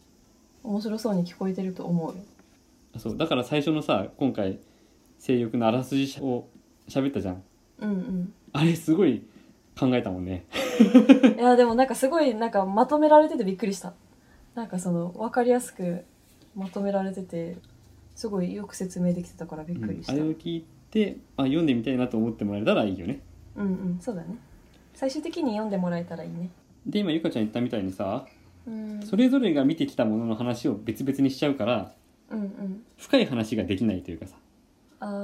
面白そうに聞こえてると思うよあそうだから最初のさ今回性欲のあらすじを喋ったじゃんうんあれすごい考えたもんねうんいやでもなんかすごいなんかまとめられててびっくりしたなんかその分かりやすくまとめられててすごいよく説明できてたからびっくりした、うんあれを聞いてあ読んでみたいなと思ってもらえたらいいよねうんうんそうだね最終的に読んでもらえたらいいねで今ゆかちゃん言ったみたいにさうんそれぞれが見てきたものの話を別々にしちゃうからうんうん深い話ができないというかさああ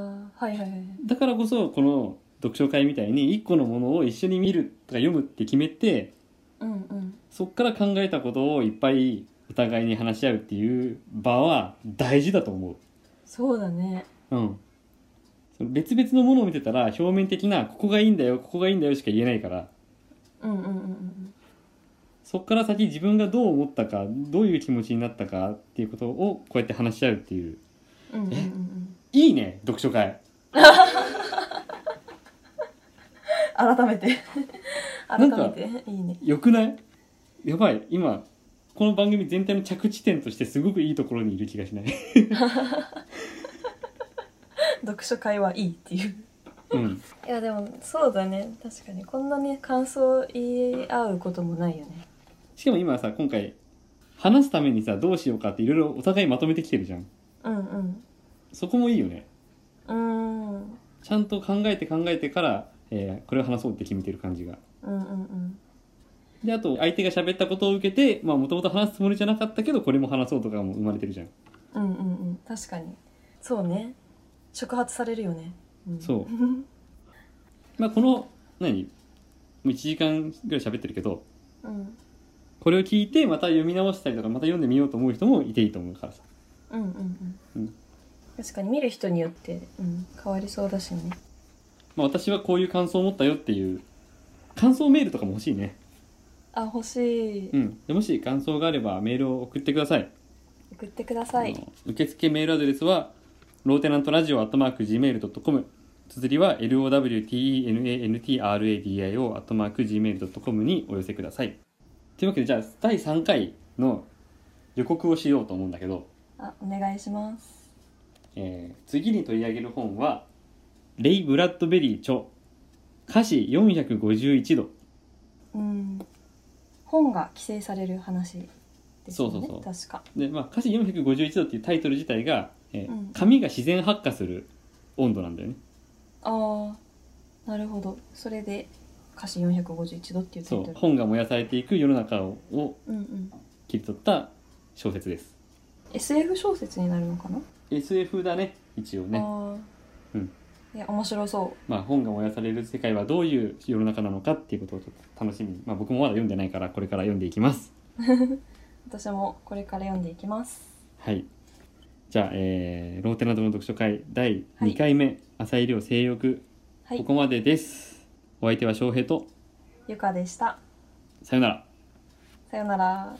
はいはいはいだからこそこの読書会みたいに一個のものを一緒に見るとか読むって決めてうんうんそっから考えたことをいっぱいお互いに話し合うっていう場は大事だと思そうだねう。うん。その別々のものを見てたら表面的なここがいいんだよここがいいんだよしか言えないからうんうんうんうんそっから先自分がどう思ったかどういう気持ちになったかっていうことをこうやって話し合うっていううんうんうんうんいいね読書会改めてな改んかめていいねよくないやばい今この番組全体の着地点としてすごくいいところにいる気がしない読書会はいいっていううんいやでもそうだね確かにこんなね感想を言い合うこともないよねしかも今さ今回話すためにさどうしようかっていろいろお互いまとめてきてるじゃんうんそこもいいよねうんうーんちゃんと考えて考えてから、えーこれを話そうって決めてる感じがうんうんであと相手が喋ったことを受けてまあもともと話すつもりじゃなかったけどこれも話そうとかも生まれてるじゃんうんうんうんうん確かにそうね触発されるよね、 うん、そううんまあこの何もう1時間ぐらい喋ってるけどうんこれを聞いてまた読み直したりとかまた読んでみようと思う人もいていいと思うからさうんうんううんん確かに見る人によって、うん、変わりそうだしねまあ、私はこういう感想を持ったよっていう感想メールとかも欲しいねあ欲しい、うん、でもし感想があればメールを送ってください、送ってくださいあの受付メールアドレスはローテナントラジオアットマーク Gmail.com 綴りは LOWTENANTRADIO アットマーク Gmail.com にお寄せくださいというわけでじゃあ第3回の予告をしようと思うんだけど、あお願いしますえー次に取り上げる本はレイ・ブラッドベリー著「歌詞451度うん本が規制される話ですよねそうそうそう確か」で、まあ、歌詞451度っていうタイトル自体が、えーうん紙が自然発火する温度なんだよねああなるほどそれで歌詞451度っていうタそイトうル本が燃やされていく世の中ををうんうん切り取った小説です SF 小説になるのかな SF だね一応ねああ、うんいや面白そまあ、本が燃やされる世界はどういう世の中なのかっていうことをちょっと楽しみに、まあ、僕もまだ読んでないからこれから読んでいきますう私もこれから読んでいきますはいじゃあ、えーローテナントの読書会第2回目、浅井亮性欲、はいここまでですお相手は翔平とゆかでしたさよならさよなら